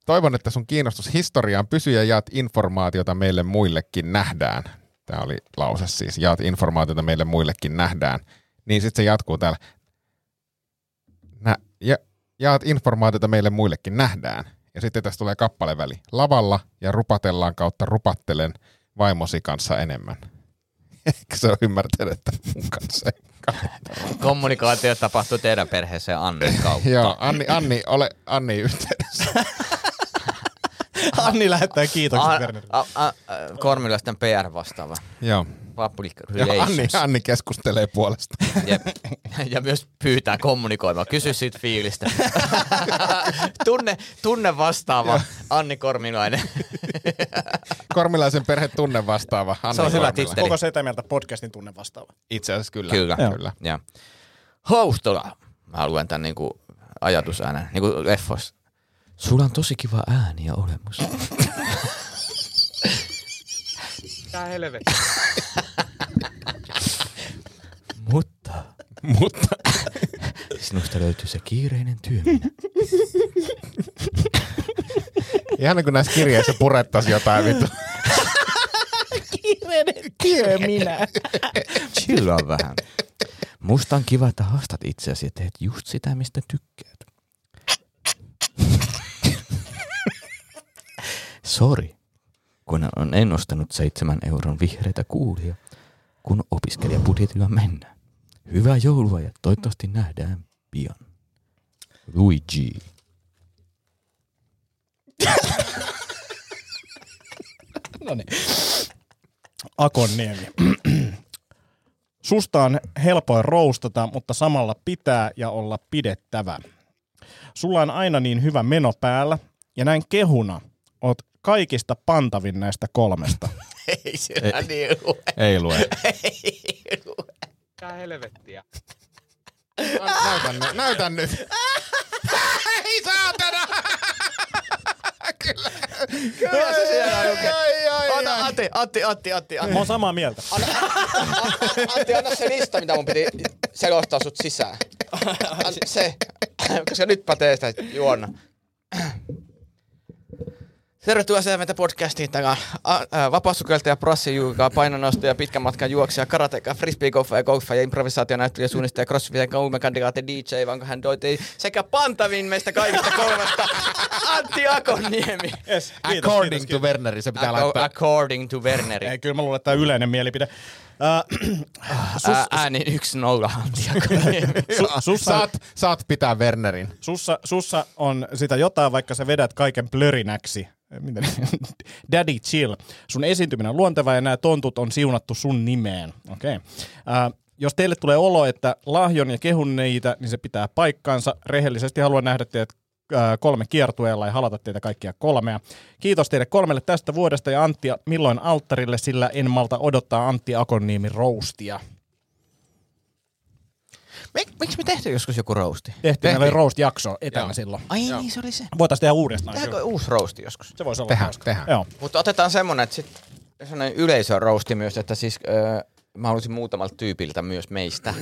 S6: Toivon, että sun kiinnostus historiaan pysyy ja jaat informaatiota meille muillekin nähdään. Tämä oli lause siis. Jaat informaatiota meille muillekin nähdään. Niin sitten se jatkuu täällä. Nä, ja, jaat informaatiota meille muillekin nähdään. Ja sitten tässä tulee kappaleväli. Lavalla ja rupatellaan kautta rupattelen vaimosi kanssa enemmän. Eikö se ole ymmärtänyt, että mun kanssa ei
S4: Kommunikaatio tapahtuu teidän perheeseen Annen kautta.
S6: Joo, Anni, Anni, ole Anni yhteydessä.
S5: Anni Ah, niin lähettää kiitokset
S4: Ah,
S5: Wernerille.
S4: ah, ah, äh, Kormilaisten PR-vastaava.
S6: Joo.
S4: Public
S6: Ja Anni,
S4: Relations.
S6: Anni keskustelee puolesta.
S4: Jep. Ja myös pyytää kommunikoimaan. Kysy siitä fiilistä. tunne, tunne vastaava Anni Kormilainen.
S6: Kormilaisen perhe tunne vastaava. Anni
S4: Se on hyvä
S5: ah,
S6: Kormila.
S4: titteli.
S5: Koko setä mieltä podcastin tunne vastaava.
S6: Itse asiassa kyllä.
S4: Kyllä.
S6: kyllä.
S4: Ja. Houstola. Mä luen tämän niinku ajatusäänen. Niinku leffos. Sulla on tosi kiva ääni ja olemus.
S7: Tää helvetti.
S4: Mutta
S6: Mutta
S4: sinusta löytyy se kiireinen työ. minä.
S6: ihan kun näissä kirjeissä purettaisiin jotain vittu.
S5: Kiire minä.
S4: Chillaa vähän. Musta on kiva, että haastat itseäsi ja teet just sitä, mistä tykkäät. Sori, kun on ennustanut seitsemän euron vihreitä kuulia, kun opiskelijabudjetilla mennään. Hyvää joulua ja toivottavasti nähdään pian. Luigi.
S5: No niin. Akonniemi. Susta on helpoin roustata, mutta samalla pitää ja olla pidettävä. Sulla on aina niin hyvä meno päällä, ja näin kehuna oot kaikista pantavin näistä kolmesta.
S4: Ei sillä niin
S6: Ei lue.
S7: Tää helvettiä.
S6: Näytän, nyt- näytän nyt. Ei saatana! kyllä. Kyllä
S4: se siellä lukee.
S6: Ai, ai, ai.
S4: Atti, Atti, Atti, Atti, Atti.
S5: Mä oon samaa mieltä.
S4: Antti, anna se lista, mitä mun piti selostaa sut sisään. An, se, koska nyt pätee sitä juonna. Tervetuloa Seementä podcastiin. Tämä vapaussukeltaja, prassijuukaa, painonnostaja, pitkän matkan juoksija, karateka, frisbeegolfaja, golfaja, improvisaationäyttelijä, suunnistaja, crossfitia, kaumekandidaatti, DJ, vanko hän doiti sekä pantavin meistä kaikista kolmesta Antti Akonniemi.
S5: Yes,
S6: According to Werneri, se pitää laittaa.
S4: According to Werneri.
S5: Ei, kyllä mä luulen, että tämä yleinen mielipide.
S4: Ää, Äänin yksi nolla Antti Akonniemi.
S5: Su, sussa,
S6: Saat, saat pitää Wernerin.
S5: sussa, sussa on sitä jotain, vaikka sä vedät kaiken plörinäksi. Miten? Daddy chill. Sun esiintyminen on luonteva ja nämä tontut on siunattu sun nimeen. Okei. Okay. Jos teille tulee olo, että lahjon ja kehun niitä, niin se pitää paikkaansa. Rehellisesti haluan nähdä teidät ää, kolme kiertueella ja halata teitä kaikkia kolmea. Kiitos teille kolmelle tästä vuodesta ja Antti, milloin alttarille, sillä en malta odottaa Antti Akonniimi roustia.
S4: Mik, miksi me tehtiin joskus joku rousti?
S5: Tehtiin, Tehtiin. meillä oli roast-jakso etänä Joo. silloin.
S4: Ai Joo. niin, se oli se.
S5: Voitaisiin tehdä uudestaan.
S4: Tehdäänkö uusi rousti joskus?
S5: Se voisi olla
S6: Tehdään,
S5: hauska.
S6: tehdään.
S5: Joo.
S4: Mutta otetaan semmonen, että sit semmonen yleisön rousti myös, että siis öö, mä haluaisin muutamalta tyypiltä myös meistä.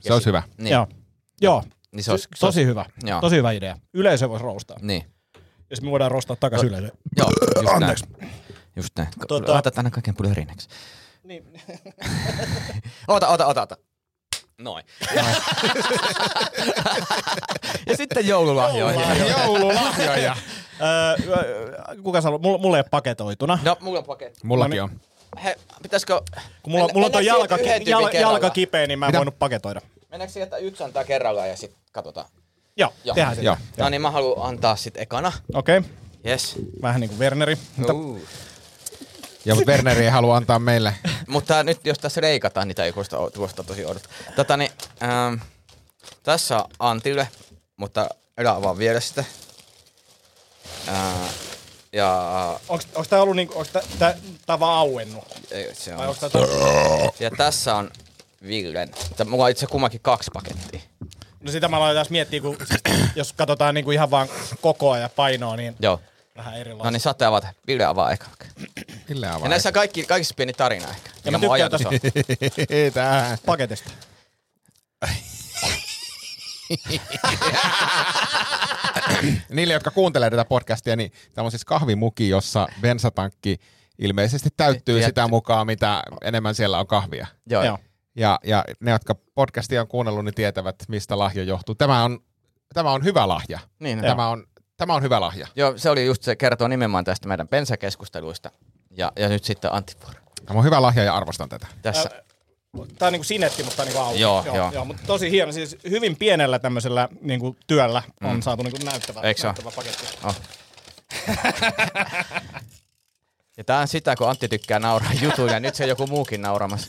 S6: Se olisi hyvä.
S4: Niin,
S5: Joo. Joo.
S4: Niin se olisi...
S5: Tosi hyvä.
S4: Joo.
S5: Tosi hyvä idea. Yleisö voisi roustaa.
S4: Niin.
S5: Ja sitten me voidaan roustaa takaisin yleisö.
S4: Joo, No, just
S5: Anteeksi.
S4: näin. Just näin. Tota...
S5: Tota-
S4: Laitat aina kaiken plörinäksi. Niin. ota, ota, ota, ota. Noin. ja sitten joululahjoja.
S6: Joululahjoja.
S5: Öö, öö, kuka saa? Mulla, mulla ei ole paketoituna.
S4: No, mulla on paketti.
S6: Mullakin on.
S4: He, pitäisikö...
S5: Kun mulla,
S4: mennä-
S5: mulla on toi
S4: mennään
S5: jalka,
S4: siihen yhden tyypin
S5: jal,
S4: kerrallaan?
S5: jalka kipeä, niin mä en voinut paketoida.
S4: Mennäänkö sieltä yksi antaa kerrallaan ja sitten katsotaan?
S5: Joo,
S4: Joo.
S5: tehdään sitä.
S6: Joo.
S4: No niin, mä haluan antaa sit ekana.
S5: Okei, okay.
S4: Yes.
S5: vähän niin kuin Werneri. Mutta
S6: Ja mutta Werneri ei halua antaa meille.
S4: Mutta nyt jos tässä leikataan, niin tää ei kuulosta, kuulosta tosi oudolta. Tota niin, ähm, tässä on Antille, mutta älä avaa vielä sitä. Äh, ja
S5: onks, onks tää ollut niinku, onks tää, tää, tää vaan auennut?
S4: ei, se
S5: Vai
S4: on.
S5: onks tää tää,
S4: Ja tässä on Villen. Tää- Mulla on itse kummankin kaksi pakettia.
S5: No sitä mä aloin taas miettiä, kun jos katsotaan niinku ihan vaan kokoa ja painoa, niin
S4: Joo.
S5: vähän erilaista.
S4: No niin, saatte avata. Ville avaa eka.
S6: Ville
S4: Ja
S6: avaa.
S4: näissä on kaikki, kaikissa pieni tarina ehkä.
S5: Ja
S4: Mikä
S5: mä
S4: mun
S5: tykkään
S4: ajatus on.
S6: Ei tää.
S5: paketista.
S6: Niille, jotka kuuntelee tätä podcastia, niin tämä on siis kahvimuki, jossa bensatankki ilmeisesti täyttyy
S4: Jättä-
S6: sitä mukaan, mitä enemmän siellä on kahvia.
S4: Joo.
S5: Joo.
S4: Joo.
S6: Ja, ja ne, jotka podcastia on kuunnellut, niin tietävät, mistä lahja johtuu. Tämä on, tämä on hyvä lahja.
S4: Niin, tämä.
S6: Tämä on, tämä on hyvä lahja.
S4: Joo, se oli just se kertoo nimenomaan tästä meidän pensakeskusteluista. Ja, ja nyt sitten Antivuoro.
S6: Tämä on hyvä lahja ja arvostan tätä.
S4: Tässä.
S5: Tämä on niinku sinetti, mutta tää on niinku auki.
S4: Joo, joo.
S5: mutta tosi hieno. Siis hyvin pienellä tämmöisellä niinku työllä on saatu niinku näyttävä,
S4: Mm. Eikö se
S5: näyttävä paketti.
S4: Oh. Ja tää on sitä, kun Antti tykkää nauraa jutuja. Nyt se on joku muukin nauramassa.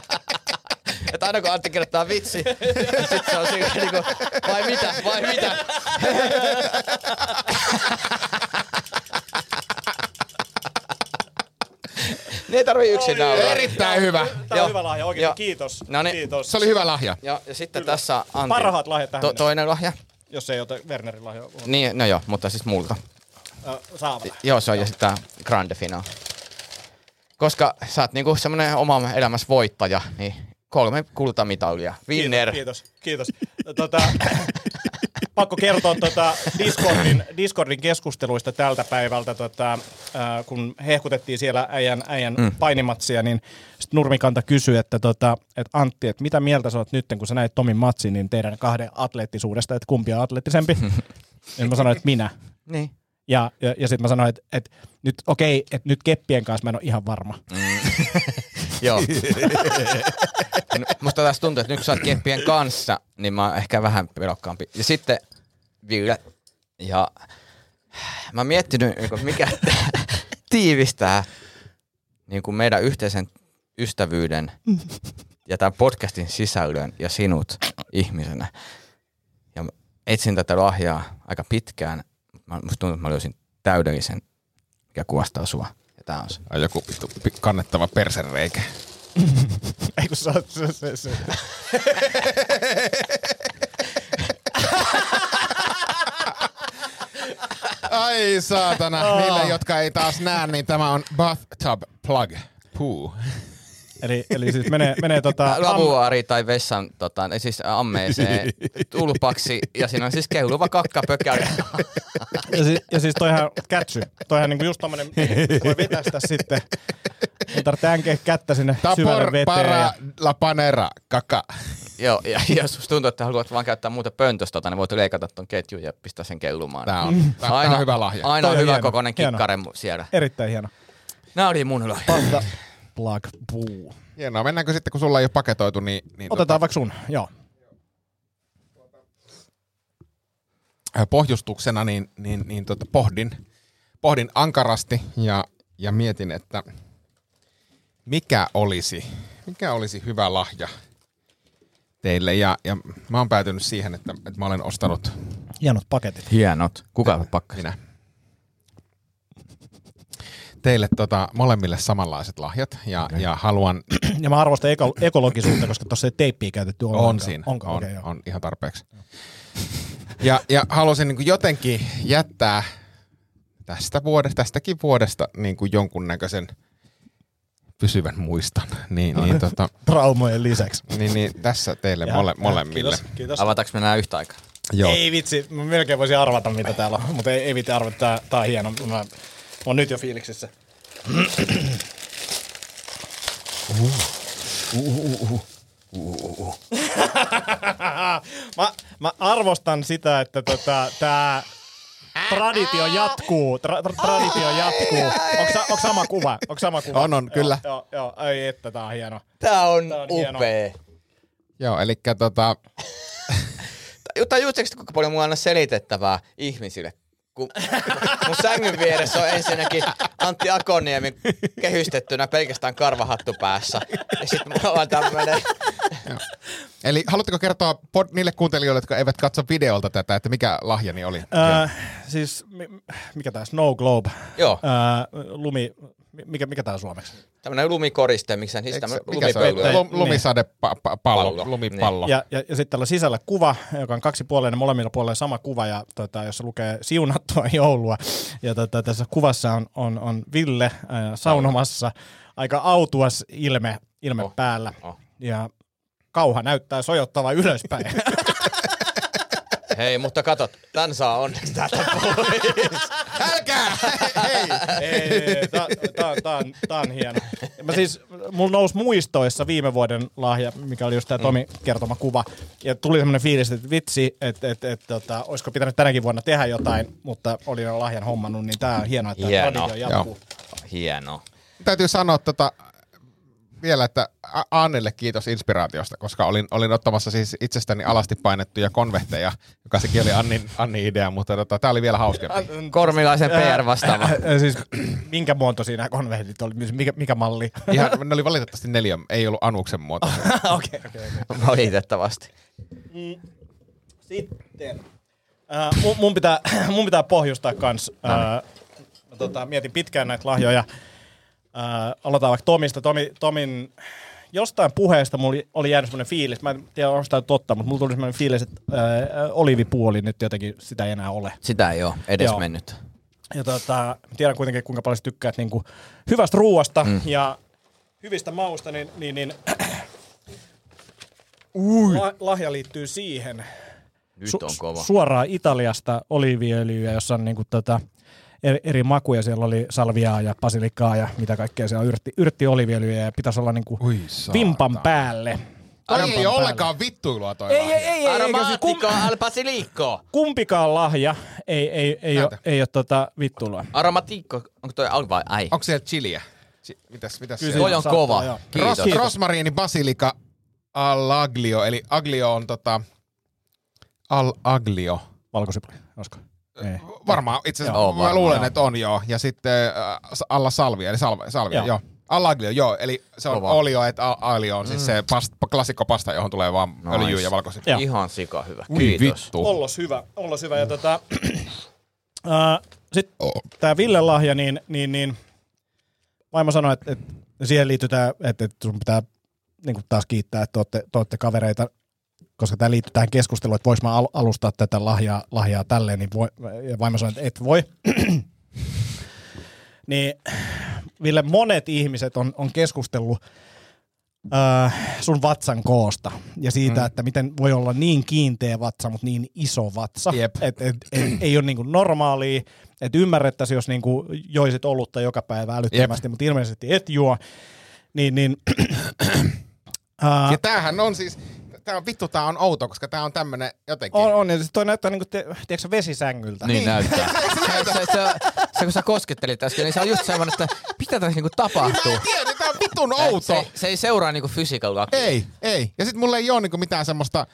S4: Että aina kun Antti kirjoittaa vitsi, sit se on siinä niinku, vai mitä, vai mitä. niin ei tarvii yksin nauraa.
S6: Erittäin hyvä.
S5: Tämä
S4: Joo.
S5: on hyvä lahja, oikein.
S4: Joo.
S5: Kiitos.
S4: No niin.
S5: Kiitos.
S6: Se oli hyvä lahja.
S4: Ja, ja sitten tässä on Antti.
S5: Parhaat lahjat tähän
S4: to,
S5: mennessä.
S4: Toinen lahja.
S5: Jos ei ota Wernerin lahja. äh, on-
S4: Niin, no joo, mutta siis multa.
S5: Ö, Saava.
S4: Joo, se on ja sitten grande final. Koska sä oot niinku semmonen oma elämässä voittaja, niin kolme kultamitalia. Winner.
S5: Kiitos, kiitos. kiitos. Tota, pakko kertoa tota Discordin, Discordin keskusteluista tältä päivältä, tota, äh, kun hehkutettiin siellä äijän, äijän mm. painimatsia, niin sit Nurmikanta kysyi, että tota, et Antti, että mitä mieltä sä oot nyt, kun sä näet Tomin matsin, niin teidän kahden atleettisuudesta, että kumpi on atleettisempi? niin mä sanoin, että minä.
S4: Niin.
S5: Ja, ja, ja sitten mä sanoin, että, että nyt okei, että nyt keppien kanssa mä en ole ihan varma.
S4: Joo. No, Musta taas tuntuu, että nyt kun sä oot keppien kanssa, niin mä oon ehkä vähän pelokkaampi. Ja sitten vielä. Ja mä oon miettinyt, niinku, mikä tiivistää niin kuin meidän yhteisen ystävyyden ja tämän podcastin sisällön ja sinut ihmisenä. Ja mä etsin tätä lahjaa aika pitkään. Mä, musta tuntuu, että mä löysin täydellisen, mikä kuvastaa sua. Ja tää on se.
S6: Ai Joku vittu pi- kannettava persereikä.
S5: Ei kun sä oot se, se, se.
S6: Ai saatana. Niille, jotka ei taas näe, niin tämä on bathtub plug. Puu.
S5: Eli, eli siis menee, menee tota...
S4: lavuaari tai vessan tota, ei siis ammeeseen tulpaksi ja siinä on siis keuluva kakkapökäri.
S5: Ja, si- ja siis toihan kätsy. Toihan niinku just tommonen, voi vetää sitä sitten. Ei tarvitse änkeä kättä sinne syvälle
S6: Tapor
S5: veteen.
S6: para
S5: Ja,
S6: la panera kaka.
S4: Joo, ja, ja jos susta tuntuu, että haluat vaan käyttää muuta pöntöstä, tota, niin voit leikata ton ketjun ja pistää sen keilumaan.
S6: Tää on, tää, tää on hyvä lahja.
S4: Aina
S5: Toi
S4: on
S5: on
S4: hyvä
S5: hieno,
S4: kokoinen
S5: hieno.
S4: kikkare mu- siellä.
S5: erittäin hieno.
S4: Nää oli mun lahja.
S5: Pasta plug puu.
S6: Hienoa. Mennäänkö sitten, kun sulla ei ole paketoitu, niin, niin
S5: Otetaan vaikka sun, joo.
S6: tota, pohjustuksena niin, niin, niin tota, pohdin, pohdin ankarasti ja, ja mietin, että mikä olisi, mikä olisi hyvä lahja teille. Ja, ja mä oon päätynyt siihen, että, että mä olen ostanut
S5: Hienot paketit.
S4: Hienot. Kuka pakka?
S6: Minä. Teille tota, molemmille samanlaiset lahjat ja, ja haluan,
S5: Ja mä arvostan eko- ekologisuutta, koska tuossa ei teippiä käytetty ollenkaan.
S6: on siinä,
S5: Onko?
S6: on,
S5: Okei, joo.
S6: on ihan tarpeeksi. Ja, ja halusin niin kuin jotenkin jättää tästä vuodesta, tästäkin vuodesta niin kuin jonkunnäköisen pysyvän muiston, niin, niin, tota,
S5: Traumojen lisäksi.
S6: niin, niin tässä teille mole, molemmille.
S5: Kiitos, kiitos.
S4: Avataanko me nää yhtä aikaa?
S6: Joo,
S5: Ei vitsi, mä melkein voisin arvata mitä täällä on, mutta ei, ei vitsi arvata, tää, tää on hieno. Mä, mä oon nyt jo fiiliksissä. mä, mä arvostan sitä, että tota, tää traditio jatkuu. Tra, tra, traditio jatkuu. Onko sa, onks sama kuva? Onko sama kuva?
S6: On, on, kyllä.
S5: Joo, joo, joo. Ai että tää on hieno.
S4: Tää on,
S5: Tää on hieno.
S4: upee.
S6: joo eli tota,
S4: Jotain just eikö kuinka paljon mulla on aina selitettävää ihmisille? Kun mun sängyn vieressä on ensinnäkin Antti Akoniemi kehystettynä pelkästään karvahattu päässä. Ja sit mulla on tämmönen...
S6: Eli haluatteko kertoa pod- niille kuuntelijoille, jotka eivät katso videolta tätä, että mikä lahjani oli?
S5: Äh, siis, mi- mikä tää Snow Globe?
S4: Joo.
S5: Äh, lumi, mi- mikä, mikä tää on suomeksi?
S4: Tämmönen lumikoriste, miksei siis
S6: Eikö
S4: tämmönen
S6: se- mikä se on?
S4: lumipölyä.
S5: Niin.
S6: Lum- Lumisadepallo,
S4: Pallo.
S6: lumipallo.
S5: Ja, ja, ja sitten täällä on sisällä kuva, joka on kaksipuolinen, molemmilla puolella sama kuva, ja tota, jossa lukee siunattua joulua. Ja tota, tässä kuvassa on, on, on Ville äh, saunomassa, aika autuas ilme, ilme oh. päällä. Oh.
S4: oh.
S5: Ja kauha näyttää sojottava ylöspäin.
S4: Hei, mutta katot, tän saa onneksi täältä pois.
S6: Älkää! Hei!
S5: Tämä on hieno. Mä siis, mulla nousi muistoissa viime vuoden lahja, mikä oli just tämä Tomi kertoma kuva. Ja tuli semmoinen fiilis, että vitsi, että et, et, tota, olisiko pitänyt tänäkin vuonna tehdä jotain, mutta oli jo lahjan hommannut, niin tämä on hienoa, että tämä
S4: Hienoa.
S5: traditio jatkuu.
S4: Hieno.
S6: Täytyy sanoa tota, vielä, että A- Annelle kiitos inspiraatiosta, koska olin, olin ottamassa siis itsestäni alasti painettuja konvehteja, joka sekin oli Annin, Annin idea, mutta tota, tämä oli vielä hauskempi.
S4: Kormilaisen PR-vastaava.
S5: Äh, siis, minkä muoto siinä konvehdit oli, mikä, mikä malli?
S6: Ihan, ne oli valitettavasti neljä, ei ollut Anuksen muoto.
S5: Okei, okei.
S4: Valitettavasti.
S5: Sitten. Äh, mun, mun, pitää, mun pitää pohjustaa kans. Äh, mä tota, mietin pitkään näitä lahjoja. Äh, aloitetaan vaikka Tomista. Tomi, Tomin jostain puheesta mulla oli- oli jäänyt semmoinen fiilis. Mä en tiedä, onko tämä totta, mutta mulla tuli semmoinen fiilis, että äh, olivipuoli nyt jotenkin sitä ei enää ole.
S4: Sitä ei ole edes
S5: Joo.
S4: mennyt.
S5: Ja tota, tiedän kuitenkin, kuinka paljon sä tykkäät niin kuin hyvästä ruuasta mm. ja hyvistä mausta, niin, niin, niin La, lahja liittyy siihen.
S4: Nyt
S5: Su-
S4: on kova.
S5: Suoraan Italiasta oliiviöljyä, jossa on niin kuin tota, eri, eri makuja. Siellä oli salviaa ja basilikaa ja mitä kaikkea. Siellä on yrtti, yrtti oliiviöljyä ja pitäisi olla niin kuin vimpan päälle.
S6: Toi
S5: Vimpan
S6: ei
S5: päälle.
S6: ole ollenkaan vittuilua toi
S5: Ei, ei,
S6: lahja.
S5: ei, ei, ei, eikä siis kum,
S4: Aromatico al basilico.
S5: kumpikaan lahja ei, ei, ei, ole,
S6: Näytä.
S5: ei ole tota vittuilua.
S4: Aromatico, onko toi al vai ai?
S6: Onko siellä chiliä? Chi- Mitäs, mitäs
S5: Kyllä
S6: Kyllä
S5: se-
S4: Toi on
S5: saattaa,
S4: kova.
S5: joo.
S4: Kiitos.
S6: Ros, rosmarini, basilika, all'aglio, eli aglio on tota, all'aglio.
S5: Valkosipuli, olisiko? Ei.
S6: Varmaan, itse asiassa
S4: Joo,
S6: mä
S4: varmaan,
S6: luulen,
S4: joo.
S6: että on joo. Ja sitten äh, s- alla salvia, eli salvia, salvia
S5: Joo.
S6: joo. joo. Allaglio, joo, eli se on
S4: Kova. Mm.
S6: olio, että al- alio on siis se past, klassikko pasta, johon tulee vaan nice. öljyä ja valkoisia.
S5: Joo.
S4: Ihan sika hyvä.
S6: Ui
S4: Kiitos.
S6: vittu.
S5: Ollos hyvä, ollos hyvä. Ja tota, ää, sit tää Ville lahja, niin, niin, niin vaimo sanoi, että, että siihen liittyy tää, että, että sun pitää niin taas kiittää, että olette, te olette kavereita, koska tämä liittyy tähän keskusteluun, että vois mä al- alustaa tätä lahjaa, lahjaa tälleen, niin voi, ja vaimo sanoi, että et voi. niin Ville, monet ihmiset on, on keskustellut äh, sun vatsan koosta ja siitä, mm. että miten voi olla niin kiinteä vatsa, mutta niin iso vatsa,
S6: Jep.
S5: että et, et, ei ole niinku normaalia, että ymmärrettäisiin, jos niinku joisit olutta joka päivä älyttömästi, mutta ilmeisesti et juo, niin, niin äh,
S6: Ja tämähän on siis, tää on, vittu tää on outo, koska tää on tämmönen jotenkin.
S5: on, on, ja sit toi näyttää niinku, te, tiedätkö, vesisängyltä.
S4: Niin näyttää. Se, se, se, se, kun sä koskettelit äsken, niin se on just semmoinen, että mitä tässä niinku tapahtuu.
S6: Mä en tiedä, tää on vitun
S4: Se,
S6: outo.
S4: se ei seuraa niinku physical lakia.
S6: Ei, ei. Ja sit mulla ei oo niinku mitään semmoista,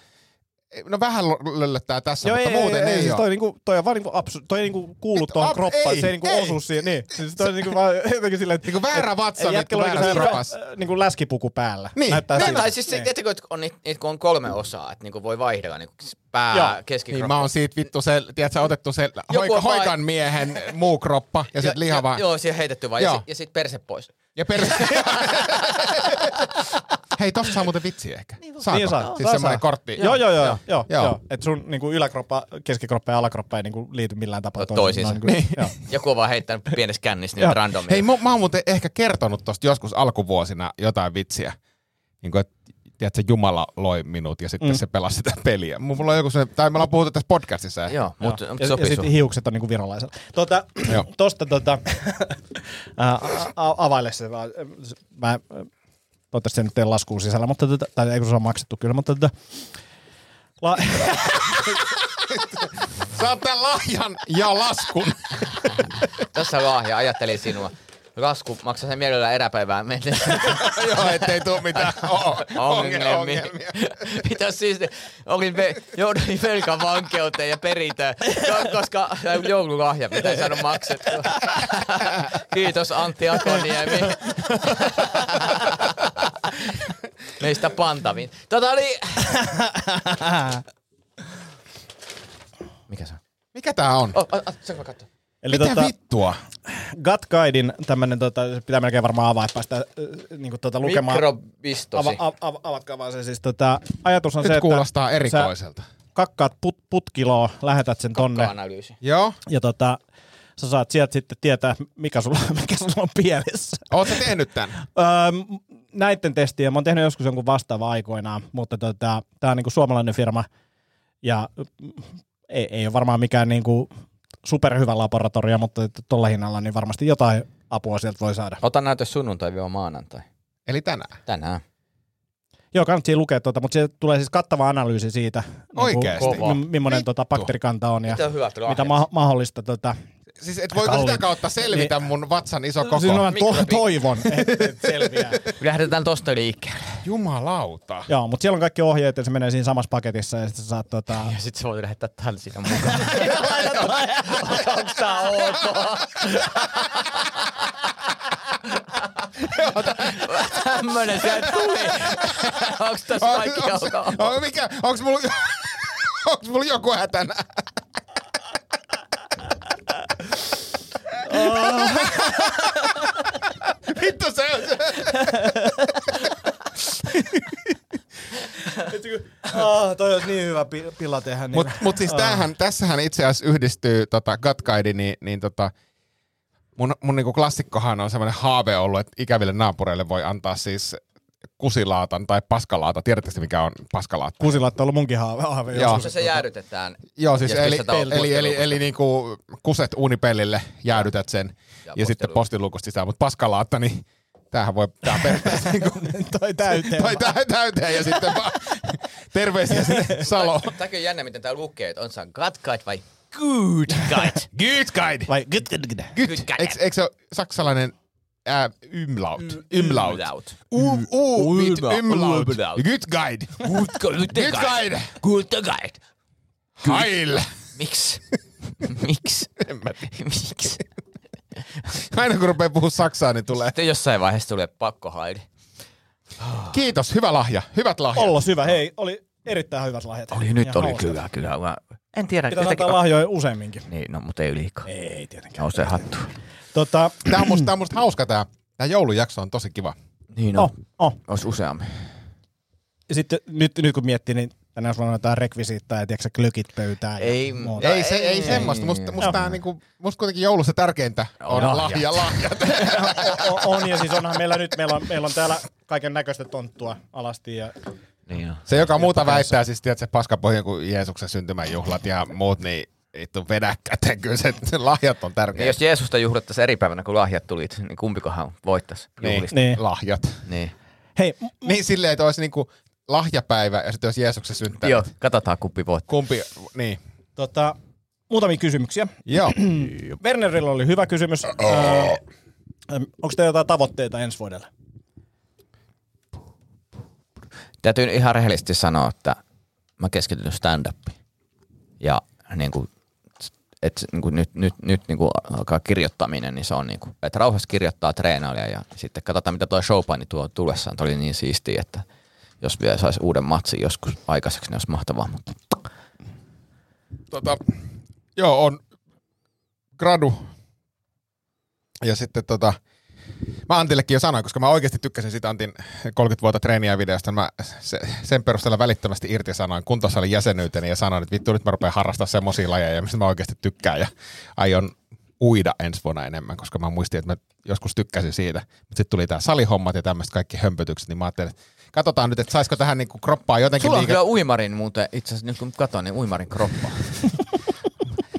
S6: no vähän lö- löllöttää tässä, mutta muuten ei,
S5: siis
S6: oo.
S5: toi, niinku, toi on vaan niinku absu, toi niinku kuulu
S6: Vittu,
S5: tuohon
S6: ab-
S5: kroppaan,
S6: ei,
S5: se ei niinku
S6: ei.
S5: osu siihen, niin. Siis toi on niinku vaan jotenkin silleen, että...
S6: Niinku väärä vatsa, vittu,
S5: jätkällä on
S6: väärässä
S5: niinku
S6: kropassa.
S5: sellainen, äh, Niinku läskipuku päällä.
S6: Niin.
S5: Näyttää
S4: Niin,
S5: siltä.
S4: tai siis se, tiettäkö, että on, niitä, niitä kun on kolme osaa, että niinku voi vaihdella niinku
S5: Joo.
S4: pää,
S6: Niin
S4: keskikroppa.
S6: mä oon siitä vittu se, tiedätkö, otettu se
S4: Joku on
S6: hoika,
S4: vai-
S6: hoikan miehen muu kroppa ja sit liha vaan.
S4: Ja, joo, siihen heitetty vaan. Ja,
S6: Joo.
S4: sit, ja sit perse pois.
S6: Ja per... Hei, tosta saa muuten vitsi ehkä. Saako?
S5: Niin saa.
S6: Siis
S5: saa,
S6: semmoinen
S5: saa.
S6: kortti.
S5: Joo, joo, joo. joo, joo.
S6: Joo.
S5: joo. Et sun niinku yläkroppa, keskikroppa ja alakroppa ei niinku liity millään tapaa
S4: No, toisiinsa.
S5: Noin niinku-
S6: Niin.
S5: Joo.
S4: Joku on vaan heittänyt pienessä kännissä niin
S5: Joo.
S4: niitä randomia.
S6: Hei, mä, mä oon muuten ehkä kertonut tosta joskus alkuvuosina jotain vitsiä. Niin kuin, että tiedätkö, Jumala loi minut ja sitten mm. se pelasi sitä peliä. Mulla on joku sellainen, tai me ollaan puhuttu tässä podcastissa. ehkä.
S4: Joo, mutta
S5: ja, ja
S4: sopii
S5: sitten
S4: sun.
S5: hiukset on niinku virolaisella. Tota,
S6: Joo.
S5: tosta tota, ää, a- availe se vaan. Mä, ää, toivottavasti se nyt ei laskuun sisällä, mutta tota, tai ei kun se on maksettu kyllä, mutta tota, la,
S6: Saat tämän lahjan ja laskun.
S4: Tässä lahja ajattelin sinua. Lasku maksaa sen mielellään eräpäivää mennessä.
S6: Joo, ettei tuu mitään Oo,
S4: Ongelmia.
S6: onge- ongelmia.
S4: Mitä siis, olin ve, jouduin velkavankeuteen ja perintään, ko- koska joululahja mitä ei saanut maksettua. Kiitos Antti Akoniemi. Meistä pantavin. Tota oli... Mikä se on?
S6: Mikä tää on?
S4: Oh, oh, oh, saanko mä katsoa?
S5: eli
S6: Mitä
S5: tota,
S6: vittua?
S5: Gut Guidein tämmönen, tota, se pitää melkein varmaan avaa, että päästään äh, niinku, tota, lukemaan.
S4: Mikrobistosi.
S5: Ava, av, av, avatkaa vaan se. Siis, tota, ajatus on
S6: Nyt
S5: se,
S6: kuulostaa
S5: että
S6: erikoiselta.
S5: sä kakkaat put, putkiloa, lähetät sen tonne.
S4: Analyysi.
S6: Joo.
S5: Ja tota, sä saat sieltä sitten tietää, mikä sulla, mikä sulla on pielessä.
S6: Oot sä tehnyt tän?
S5: Öö, m- näiden testiä, mä oon tehnyt joskus jonkun vastaava aikoinaan, mutta tota, tää on niinku suomalainen firma ja mm, ei, ei ole varmaan mikään niinku superhyvä laboratorio, mutta että tuolla hinnalla niin varmasti jotain apua sieltä voi saada.
S4: Ota näytös sunnuntai-maanantai.
S6: Eli tänään.
S4: Tänään.
S5: Joo, kannattaa lukea tuota, mutta se tulee siis kattava analyysi siitä,
S6: Oikeesti?
S5: Niinku, mi- millainen tota, bakteerikanta on ja
S4: Mitä hyvät rahjat.
S5: mitä ma- mahdollista. Tota,
S6: Siis et voiko
S5: Kalli.
S6: sitä kautta selvitä mun vatsan iso
S5: siis
S6: koko?
S5: mä to- toivon, että et selviää.
S4: Lähdetään tosta liikkeelle.
S6: Jumalauta.
S5: Joo, mutta siellä on kaikki ohjeet ja se menee siinä samassa paketissa ja sitten sä saat tota,
S4: Ja sit sä voit lähettää tän sinne mukaan. Onks tää ok? Tämmönen sieltä tuli. Onks tässä kaikki ok?
S6: on, mikä, onks mulla, onks mulla joku hätänä? Vittu se on se.
S5: oh, toi olisi niin hyvä pi- pilla tehdä. Niin.
S6: Mut, mut siis tämähän, tässähän itse asiassa yhdistyy tota, Gut Guide, niin, niin tota, mun, mun niinku klassikkohan on semmoinen haave ollut, että ikäville naapureille voi antaa siis kusilaatan tai paskalaata. Tiedättekö mikä on paskalaatta?
S5: Kusilat on ollut munkin haave. haave
S6: Joo.
S4: Se, se jäädytetään.
S6: Joo, siis
S4: Ja
S6: eli,
S4: pistetään
S6: eli, eli, eli,
S4: postiluukusta.
S6: eli niinku kuset uunipellille, jäädytät sen ja, ja sitten
S4: postiluukusta.
S6: postiluukusta sisään, mutta paskalaatta, niin tämähän voi, tää on periaatteessa niinku,
S5: toi täyteen.
S6: tai tää täyteen ja sitten vaan terveisiä sinne Salo.
S4: Tämäkin on jännä, miten tää lukee, että on se gut guide vai good guide.
S6: Good guide!
S5: Vai good, good, good.
S6: Good.
S4: Good guide.
S6: Eikö, eikö se ole saksalainen ää, ymlaut? Ymlaut.
S4: Ymlaut.
S6: U, u, mit
S4: Ymlaut.
S6: ymlaut.
S4: Ymlaut.
S6: Good guide.
S4: Good guide.
S6: Good guide.
S4: Good guide.
S6: Heil.
S4: Miksi? Miksi? En mä tiedä. Miksi?
S6: Aina kun rupeaa puhua saksaa, niin tulee.
S4: Sitten jossain vaiheessa tulee pakko haidi.
S6: Kiitos, hyvä lahja. Hyvät lahjat.
S5: Olla syvä. Hei, oli erittäin hyvät lahjat.
S4: Oli nyt
S5: Ja
S4: oli
S5: hauskat.
S4: kyllä, kyllä. Mä en tiedä.
S5: Pitäisi
S4: jotenkin-
S5: antaa lahjoja useamminkin.
S4: Niin, no mutta ei liikaa.
S5: Ei tietenkään.
S4: Nousee hattu.
S5: Tota,
S6: Tämä on musta, tää on musta hauska tämä. Tämä joulujakso on tosi kiva.
S4: Niin
S5: no, oh.
S4: Ois useammin.
S5: Ja sitten nyt, nyt kun miettii, niin tänään sulla on jotain rekvisiittaa ja tiedätkö, sä, klökit pöytään.
S4: Ei,
S5: ja muuta.
S4: No
S6: ei, se, ei,
S4: ei.
S6: semmoista. Musta, musta, tää on niinku, musta kuitenkin joulussa tärkeintä on
S4: Lahjat.
S6: lahja, lahjat.
S5: O- o- on, ja siis onhan meillä nyt, meillä on, meillä on täällä kaiken näköistä tonttua alasti. Ja,
S4: Niin on.
S6: Se, joka muuta väittää, siis tiedät se paskapohja kuin Jeesuksen syntymäjuhlat ja muut, niin vittu vedä käteen. Kyllä se, se lahjat on
S4: Niin,
S6: tärkeä.
S4: jos Jeesusta juhlittaisiin eri päivänä, kun lahjat tulit, niin kumpikohan voittaisi
S6: niin,
S4: juhlista?
S6: niin.
S5: Niin.
S6: lahjat.
S4: Niin.
S5: hei, m-
S6: Niin silleen, että olisi niinku lahjapäivä ja sitten olisi Jeesuksen synttärit.
S4: Joo, katsotaan kumpi voittaa.
S6: Kumpi, niin.
S5: tota, muutamia kysymyksiä.
S6: Joo.
S5: Wernerillä oli hyvä kysymys. Öö, Onko teillä jotain tavoitteita ensi vuodelle?
S4: Täytyy ihan rehellisesti sanoa, että mä keskityn stand-upiin. Ja niin kuin, et, niin kuin nyt, nyt, nyt niin kuin alkaa kirjoittaminen, niin se on niin kuin, että rauhassa kirjoittaa treenailia ja sitten katsotaan, mitä tuo showpaini tuo tullessaan. Tämä oli niin siistiä, että jos vielä saisi uuden matsin joskus aikaiseksi, niin olisi mahtavaa. Mutta
S6: tota, joo, on gradu. Ja sitten tota, mä Antillekin jo sanoin, koska mä oikeasti tykkäsin siitä Antin 30 vuotta treeniä videosta, niin mä se, sen perusteella välittömästi irti sanoin kuntosalin jäsenyyteni ja sanoin, että vittu nyt mä rupean harrastamaan semmosia lajeja, mistä mä oikeasti tykkään ja aion uida ensi vuonna enemmän, koska mä muistin, että mä joskus tykkäsin siitä. Mutta sitten tuli tää salihommat ja tämmöiset kaikki hömpötykset, niin mä ajattelin, että katsotaan nyt, että saisiko tähän niinku kroppaa jotenkin
S4: Sulla on
S6: liike-
S4: kyllä uimarin muuten, itse asiassa nyt kun katsoin, niin uimarin kroppa.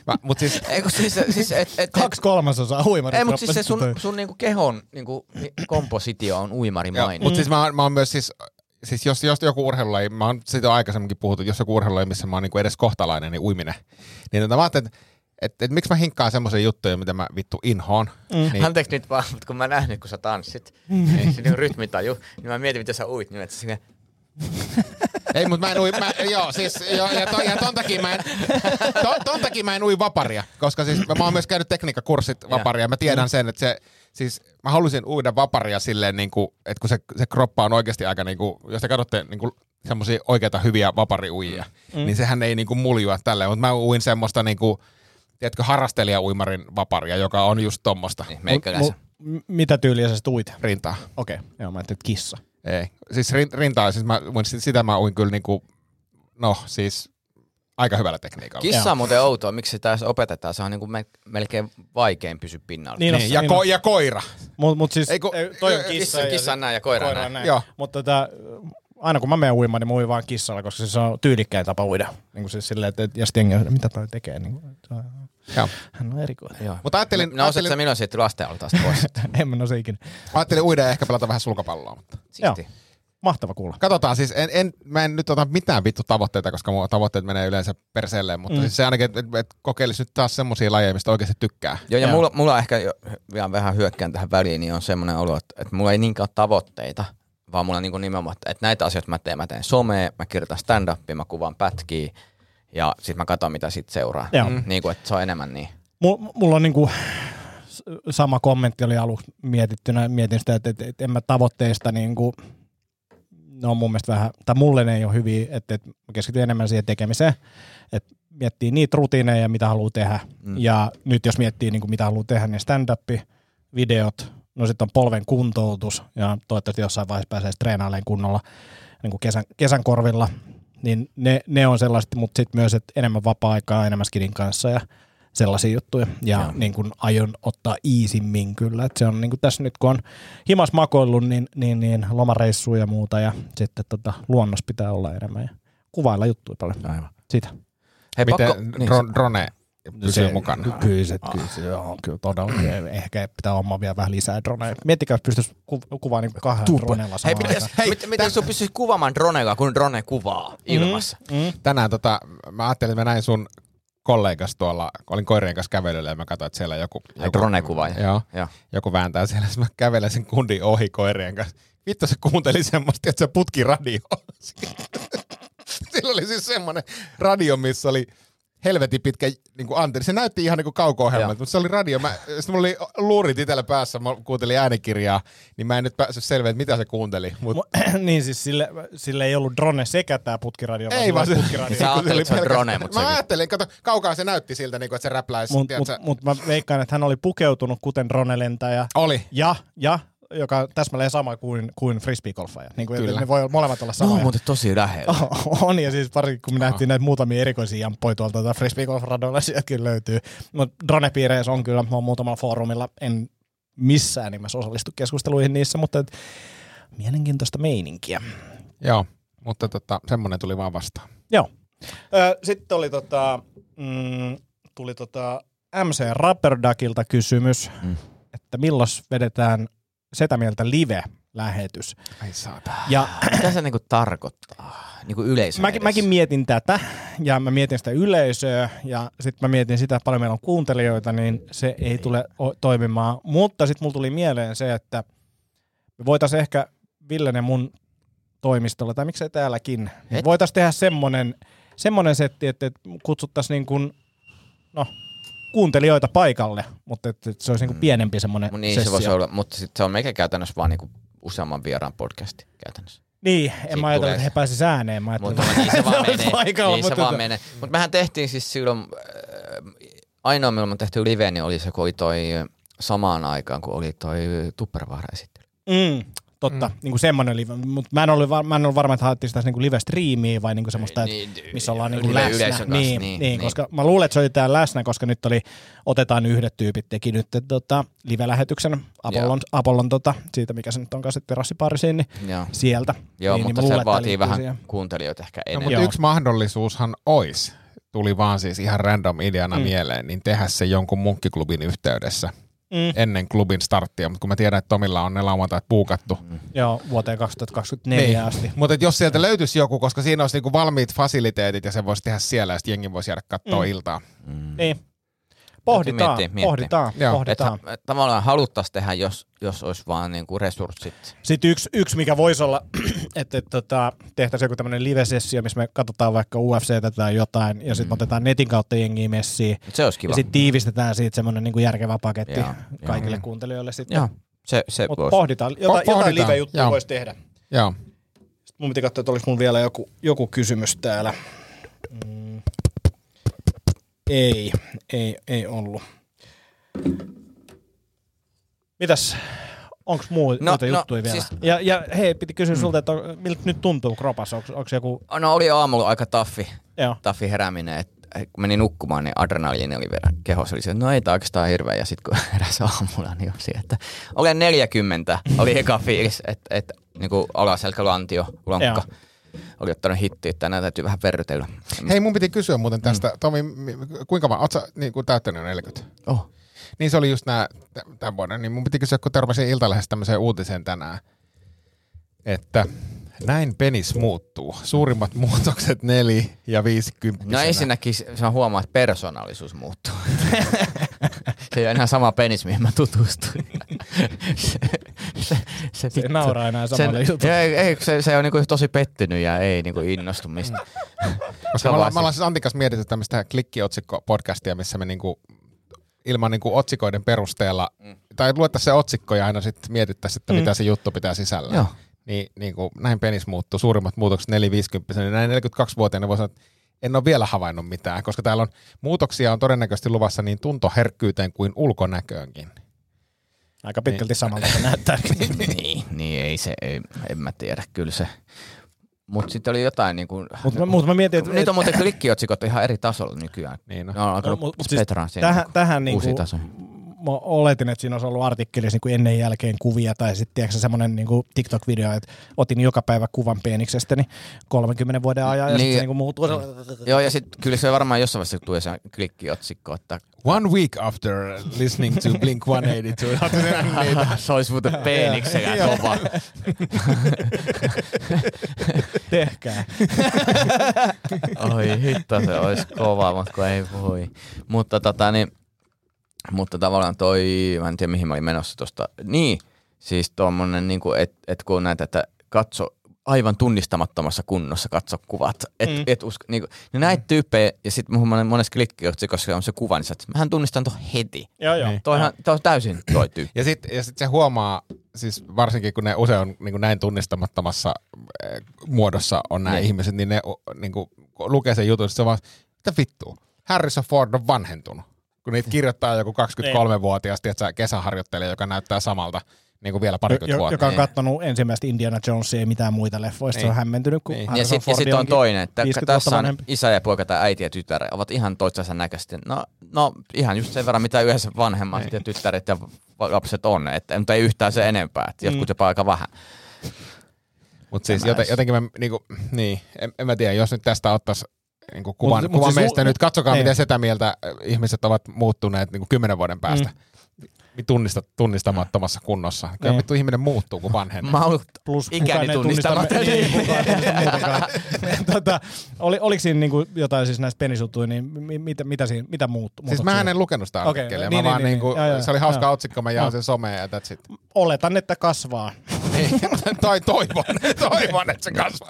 S6: Mä- Mut siis,
S4: Eikö siis, siis et, et,
S5: Kaksi kolmasosaa huimarit.
S4: Ei, mutta siis se sun, sun niinku kehon niinku, ni- kompositio on uimarimainen.
S6: Mutta siis mä, oon- mä oon myös siis, siis jos, jos joku urheilulaji, mä oon siitä aikaisemminkin puhuttu, jos joku urheilulaji, missä mä oon niinku edes kohtalainen, niin uiminen. Niin tota, mä ajattelin, että et, et, miksi mä hinkkaan semmoisia juttuja, mitä mä vittu inhoon. Mm. Niin,
S4: Anteeksi nyt vaan, mutta kun mä näen nyt, kun sä tanssit, niin se niinku rytmitaju, niin mä mietin, miten sä uit, niin että sinne,
S6: ei, mutta mä en ui, mä, joo, siis, joo, ja, to, ja ton, takia mä en, ton, ton takia mä en ui vaparia, koska siis mä, mä oon myös käynyt tekniikkakurssit vaparia, mä tiedän sen, että se, siis mä halusin uida vaparia silleen, niin kuin, että kun se, se kroppa on oikeasti aika, niin kuin, jos te katsotte niin kuin, semmoisia oikeita hyviä vapariuijia, mm. niin sehän ei niin kuin, muljua tälleen, mutta mä uin semmoista niin kuin, tiedätkö, harrastelijauimarin vaparia, joka on just tommosta
S4: niin, meikäläisen.
S5: mitä tyyliä sä sit uit?
S6: rintaa.
S5: Okei, okay. joo, mä ajattelin, että kissa.
S6: Ei. Siis rin- rintaa, siis mä, uin- sitä mä uin kyllä niinku, no siis aika hyvällä tekniikalla.
S4: Kissa on muuten outoa, miksi sitä edes opetetaan, se on niinku me, melkein vaikein pysy pinnalla.
S5: Niin,
S6: niin, ja, ko- ja koira.
S5: Mut, mut siis,
S6: Ei, kun-
S5: ei, toi on
S6: ei,
S5: kissa.
S4: kissa,
S5: ja
S4: kissa
S5: sit-
S4: on näin ja koira on
S5: koira on
S4: näin.
S5: näin.
S6: Joo.
S5: Mutta tota, aina kun mä menen uimaan, niin mä uin vaan kissalla, koska se on tyylikkäin tapa uida. Niin kuin siis silleen, että et- jos jengi on, silleen, mitä toi tekee, niin kuin, se on-
S6: Joo.
S5: hän on erikoinen.
S4: Joo.
S6: Mutta ajattelin,
S4: No, Nouset sä
S6: ajattelin,
S4: milloin siitä lastenalta taas pois?
S5: en mä nouse ikinä.
S6: ajattelin uida ja ehkä pelata vähän sulkapalloa. Mutta.
S4: Siisti.
S5: Mahtava kuulla.
S6: Katsotaan siis, en, en, mä en nyt ota mitään vittu tavoitteita, koska mun tavoitteet menee yleensä perseelle, mutta mm. siis se ainakin, että et, et kokeilisi nyt taas semmosia lajeja, mistä oikeasti tykkää.
S4: Joo, ja
S5: Joo.
S4: mulla, mulla ehkä jo, vielä vähän hyökkään tähän väliin, niin on semmoinen olo, että, että mulla ei niinkään ole tavoitteita, vaan mulla on niin nimenomaan, että, että näitä asioita mä teen. Mä teen somea, mä kirjoitan stand-upia, mä kuvaan pätkiä ja sitten mä katson, mitä sit seuraa.
S5: Joo.
S4: Niin kuin, että se on enemmän niin.
S5: Mulla, mulla on niinku s- sama kommentti oli aluksi mietittynä. Mietin sitä, että, että, että en mä tavoitteista niinku, no mun mielestä vähän, tai mulle ne ei ole hyviä, että, että mä keskityn enemmän siihen tekemiseen. Että miettii niitä rutiineja, mitä haluaa tehdä.
S4: Mm.
S5: Mm. Ja nyt jos miettii niinku, mitä haluaa tehdä, niin stand-up, videot, no sitten on polven kuntoutus ja toivottavasti jossain vaiheessa pääsee sit treenailemaan kunnolla niin kuin kesän, kesän korvilla. Niin ne, ne on sellaiset, mutta sitten myös, että enemmän vapaa-aikaa, enemmän skidin kanssa ja sellaisia juttuja. Ja,
S4: Joo.
S5: niin kuin aion ottaa iisimmin kyllä. Et se on niin kuin tässä nyt, kun on himas makoillut, niin, niin, niin lomareissuja ja muuta. Ja sitten tota, luonnos pitää olla enemmän ja kuvailla juttuja paljon.
S4: Aivan.
S5: Sitä.
S4: Hei,
S6: Miten
S4: pakko,
S6: pakko,
S4: niin,
S6: dron, drone pysyy se, mukana? Ah. Mm.
S5: Kyllä se, kyllä se on kyllä todella. Ehkä pitää olla vielä vähän lisää droneja. Miettikää, jos pystyisi ku, kuvaamaan niin kahden dronella
S4: hei,
S5: samaan
S4: miten,
S5: aikaan.
S4: hei, miten, miten sun pystyisi kuvaamaan dronella, kun drone kuvaa ilmassa?
S5: Mm.
S6: Tänään tota, mä ajattelin, että mä näin sun kollegas tuolla, kun olin koirien kanssa kävelyllä ja mä katsoin, että siellä joku,
S4: Ai,
S6: joku,
S4: dronekuvaaja.
S6: joo,
S4: Joo.
S6: joku vääntää siellä, Sitten mä kävelen sen kundin ohi koirien kanssa. Vittu se kuunteli semmoista, että se putki radio. Sillä oli siis semmoinen radio, missä oli helvetin pitkä niin kuin antenni. Se näytti ihan niin kuin kauko
S4: Joo.
S6: mutta se oli radio. Mä, sitten mulla oli luurit itsellä päässä, mä kuuntelin äänikirjaa, niin mä en nyt päässyt selville, että mitä se kuunteli. Mut,
S5: Mu- niin siis sille, sille ei ollut drone sekä tämä putkiradio,
S6: ei vaan se,
S5: putkiradio.
S4: Sä ajattelit, että se on
S6: pelkästään-
S4: drone, mut se-
S6: Mä ajattelin, kato, kaukaa se näytti siltä, niin kuin, että se räpläisi.
S5: Mutta mut,
S6: tiedätkö?
S5: mut mä veikkaan, että hän oli pukeutunut kuten dronelentäjä
S6: Oli.
S5: ja, ja joka on täsmälleen sama kuin, kuin frisbeegolfaja. Niin kuin,
S6: Kyllä.
S5: ne voi molemmat olla
S4: No,
S5: samoja.
S4: muuten tosi
S5: Oh.
S4: lähellä.
S5: On, ja siis pari, kun me nähtiin näitä muutamia erikoisia jamppoja tuolta tuota frisbeegolfradoilla, sieltä kyllä löytyy. Mutta dronepiireissä on kyllä, mä oon muutamalla foorumilla, en missään nimessä osallistu keskusteluihin niissä, mutta et, mielenkiintoista meininkiä.
S6: Joo, mutta tota, semmoinen tuli vaan vastaan.
S5: Joo. Ö, Sitten oli tota, mm, tuli tota MC Rapperdakilta kysymys,
S4: Mm.
S5: mm. että milloin vedetään sitä mieltä live-lähetys.
S6: Ai saa.
S5: Ja
S4: Mitä se niinku tarkoittaa? Niinku yleisön
S5: mäkin,
S4: edessä.
S5: mäkin mietin tätä ja mä mietin sitä yleisöä ja sitten mä mietin sitä, että paljon meillä on kuuntelijoita, niin se ei tule o- toimimaan. Mutta sitten mulla tuli mieleen se, että me voitaisiin ehkä Villen ja mun toimistolla, tai miksei täälläkin,
S4: Et-
S5: niin voitaisiin tehdä semmonen, semmonen setti, että että kutsuttaisiin niin kuin, no, kuuntelijoita paikalle, mutta että että se olisi niin kuin pienempi semmoinen
S4: Mm. Mut Niin
S5: sessio.
S4: se voisi olla, mutta sit se on meikä käytännössä vaan niinku useamman vieraan podcasti käytännössä.
S5: Niin, en
S4: Siitä
S5: mä ajatellut,
S4: tulee
S5: että
S4: se.
S5: he pääsisivät ääneen. Mä ajattelin,
S4: Mutta niin se vaan
S5: että
S4: menee.
S5: paikalla,
S4: niin se
S5: mutta
S4: vaan
S5: tota-
S4: menee. Mut mehän tehtiin siis silloin, äh, ainoa milloin me tehtiin live, niin oli se, kun oli toi samaan aikaan, kun oli toi Tuppervaara esittely.
S5: Mm, totta, mm. niin kuin semmoinen live, mutta mä en ollut, var- mä en ollut varma, että haettiin sitä niin live-striimiä vai niin kuin semmoista, että
S4: Niin,
S5: missä ollaan niin
S4: yle-
S5: kuin läsnä.
S4: yleisön kanssa,
S5: niin, niin, niin, koska mä luulen, että se oli tää läsnä, koska nyt oli, otetaan yhdet tyypit, teki nyt eh, tota, live-lähetyksen Apollon, Apollon tota, siitä, mikä se nyt onkaan se terassiparisiin, niin
S4: Joo,
S5: sieltä.
S4: Joo
S5: niin,
S4: niin, mutta
S5: mä
S4: se
S5: luulen, että tää
S4: vaatii
S5: liittyy
S4: vähän
S5: siihen.
S4: kuuntelijoita ehkä
S6: No,
S4: enemmän.
S6: mutta
S5: Joo.
S6: yksi mahdollisuushan olisi, tuli vaan siis ihan random ideana mm. mieleen, niin tehdä se jonkun munkkiklubin yhteydessä
S5: Mm.
S6: ennen klubin starttia, mutta kun mä tiedän, että Tomilla on ne lauantait puukattu. Mm.
S5: Joo, vuoteen 2024 niin. asti.
S6: Mutta jos sieltä löytyisi joku, koska siinä olisi niinku valmiit fasiliteetit ja se voisi tehdä siellä ja sitten jengi voisi jäädä katsoa mm. iltaa.
S5: Niin. Pohditaan,
S4: miettiä, miettiä.
S5: pohditaan,
S6: Joo,
S5: pohditaan.
S4: Että et tavallaan haluttaisiin tehdä, jos, jos olisi vaan niinku resurssit.
S5: Sitten yksi, yksi mikä voisi olla, että et, tota, tehtäisiin joku tämmöinen live-sessio, missä me katsotaan vaikka UFCtä tai jotain, ja sitten mm. otetaan netin kautta jengiä messiin,
S4: Mut se olisi kiva.
S5: ja sitten tiivistetään siitä semmoinen niinku järkevä paketti
S4: Joo,
S5: joo,
S4: joo.
S5: kaikille joo. kuuntelijoille sitten.
S4: Joo, se, se
S5: Mutta
S4: voisi.
S5: pohditaan, jotain,
S6: pohditaan,
S5: jotain live-juttua
S6: joo.
S5: voisi tehdä. Sitten
S6: Joo.
S5: mun piti katsoa, että oliko mun vielä joku, joku kysymys täällä. Mm. Ei, ei, ei ollut. Mitäs, onko muu, no, muita
S4: no,
S5: juttuja vielä?
S4: siis-
S5: Siis... Mm. Ja, ja hei, piti kysyä sulta, että
S4: Ah,
S5: on- miltä nyt tuntuu kropassa, onko joku,
S4: No oli aamulla aika taffi,
S5: joo,
S4: taffi herääminen, että meni nukkumaan, niin adrenaliini oli vielä kehossa. Oli se, no ei tää oikeastaan hirveä. Ja sitten kun heräsi aamulla, niin oli että olen 40. Oli eka fiilis, että et, niin alaselkälantio, lonkka. Oli ottanut hittiä, että näitä täytyy vähän verrytellä.
S6: Mm.
S4: No
S6: Hei, mun piti kysyä muuten tästä. Mm. Tomi, mi- kuinka mä, oot sä niin kuin täyttänyt 40?
S4: Oh.
S6: Niin se oli just nää, t- tämän vuoden, niin mun piti kysyä, kun törmäsin Iltalehdessä tämmöiseen uutiseen tänään, että näin penis muuttuu. Suurimmat muutokset neli ja viisikymppisenä.
S4: No ensinnäkin se- sä huomaat, että persoonallisuus muuttuu. se ei ole enää sama penis, mihin mä tutustuin. se, se, se,
S5: Se
S4: vittu-
S5: nauraa enää samalle
S4: sen-
S5: jutulle.
S4: Ei, ei, se, se on niinku tosi pettynyt ja ei niinku innostu mistään.
S6: Koska me
S4: on vaan
S6: ollaan,
S4: se-
S6: me ollaan siis Antikas mietitty tämmöistä klikkiotsikko-podcastia, missä me niinku, ilman niinku otsikoiden perusteella, mm. tai luettaisiin se otsikko ja aina sitten mietittäisiin, että mm. mitä se juttu pitää
S5: Mm.
S6: sisällä.
S4: Joo.
S6: Niin, niinku, näin penis muuttuu, suurimmat muutokset 450 niin näin 42-vuotiaana voi sanoa, että en ole vielä havainnut mitään, koska täällä on muutoksia on todennäköisesti luvassa niin tuntoherkkyyteen kuin ulkonäköönkin.
S5: Aika pitkälti samalta se näyttää.
S4: niin, niin ei se, ei, en mä tiedä, kyllä se. Mutta sitten oli jotain niinku...
S5: Mutta mä, mut mä mietin, että...
S4: Niitä on muuten klikkiotsikot ihan eri tasolla nykyään.
S6: Niin
S4: Ne on alkanut
S5: No, mut- mut siis
S4: petraan siinä
S5: tähän,
S4: niinku
S5: tähän
S4: uusia
S5: niinku,
S4: tasoja.
S5: mä oletin, että siinä olisi ollut artikkelissa niin ennen jälkeen kuvia tai sitten tiedätkö, semmoinen niin TikTok-video, että otin joka päivä kuvan peeniksestäni 30 vuoden ajan
S4: Niin.
S5: ja niin. sitten se niin muuttuu.
S4: Joo, ja sitten kyllä se varmaan jossain vaiheessa tulee se klikkiotsikko, että
S6: One week after listening to Blink-182. Ootte te nähnyt niitä?
S5: Niin.
S4: se olisi muuten peeniksellä kova.
S5: Tehkää.
S4: Oi hitto, se olisi kova, mutta kun ei voi. Mutta, tota, niin, mutta tavallaan toi, mä en tiedä mihin mä olin menossa tuosta. Niin, siis tuommoinen, niin että et kun on näitä, että katso aivan tunnistamattomassa kunnossa katso kuvat. Et, mm. et usko, niin kuin, no näitä tyyppejä, ja sitten monessa klikkiotsikossa on se kuva, niin sä, oot, mähän tunnistan ton heti.
S5: Joo, joo.
S4: Toihan, toi on täysin toi tyyppi.
S5: Niin.
S6: Ja sitten ja sit se huomaa, siis varsinkin kun ne usein on niin kuin näin tunnistamattomassa eh, muodossa on nämä
S4: Niin.
S6: ihmiset, niin ne o, niin kuin, kun lukee sen jutun, sit se on vaan, mitä vittua, Harrison Ford on vanhentunut. Kun niitä kirjoittaa joku 23-vuotias tiedätkö, kesäharjoittelija, joka näyttää samalta niin kuin vielä parikymmentä
S5: Jo,
S6: vuotta.
S5: joka on
S4: Niin.
S5: kattonut ensimmäistä Indiana Jonesia ja mitään muita leffoista, se on
S6: Niin.
S5: hämmentynyt, kun
S6: Niin.
S5: niin.
S4: Ja
S5: Harrison
S4: sitten sit
S5: Fordi
S4: on
S5: onkin
S4: toinen, että
S5: 50 vuotta
S4: tässä on
S5: vanhempi.
S4: isä ja poika tai äiti ja tytär ovat ihan toistensa näköisesti. No, no ihan just sen verran, mitä yhdessä vanhemmat
S5: Niin.
S4: ja tyttäret ja va- lapset on, että, mutta ei yhtään se enempää, että
S5: Mm.
S4: jotkut jopa aika vähän.
S6: Mutta siis
S4: Tämä
S6: joten,
S4: edes.
S6: jotenkin mä, niin kuin, niin, en, en mä tiedä, jos nyt tästä ottaisi niin kuin kuvan,
S5: mut
S6: mut, kuvan
S5: siis
S6: siis, meistä
S5: lu-
S6: nyt, katsokaa
S5: Niin.
S6: miten sitä mieltä äh, ihmiset ovat muuttuneet niin kuin kymmenen vuoden päästä. Mm. Tunnista, tunnistamattomassa kunnossa. Kyllä
S5: Niin.
S6: vittu ihminen muuttuu, kun vanhenee.
S4: Mä oon ollut
S5: Plus
S4: ikäni
S5: kukaan ei tunnista
S4: tunnistamatta.
S5: me- niin, kukaan ei tunnista muutakaan. tota, oli, oliko siinä niinku jotain siis näistä penisuttuja, niin mi, mitä, mitä, siinä, mitä muuttuu?
S6: Siis mä en lukenut sitä
S5: Okei,
S6: artikkelia.
S5: niin,
S6: mä
S5: niin,
S6: vaan
S5: niin,
S6: niinku,
S5: niin. Joo, joo,
S6: se oli hauska
S5: joo.
S6: otsikko, mä jaoin sen someen ja that's it.
S5: Oletan, että kasvaa.
S6: Niin, tai toivon, toivon, että se kasvaa.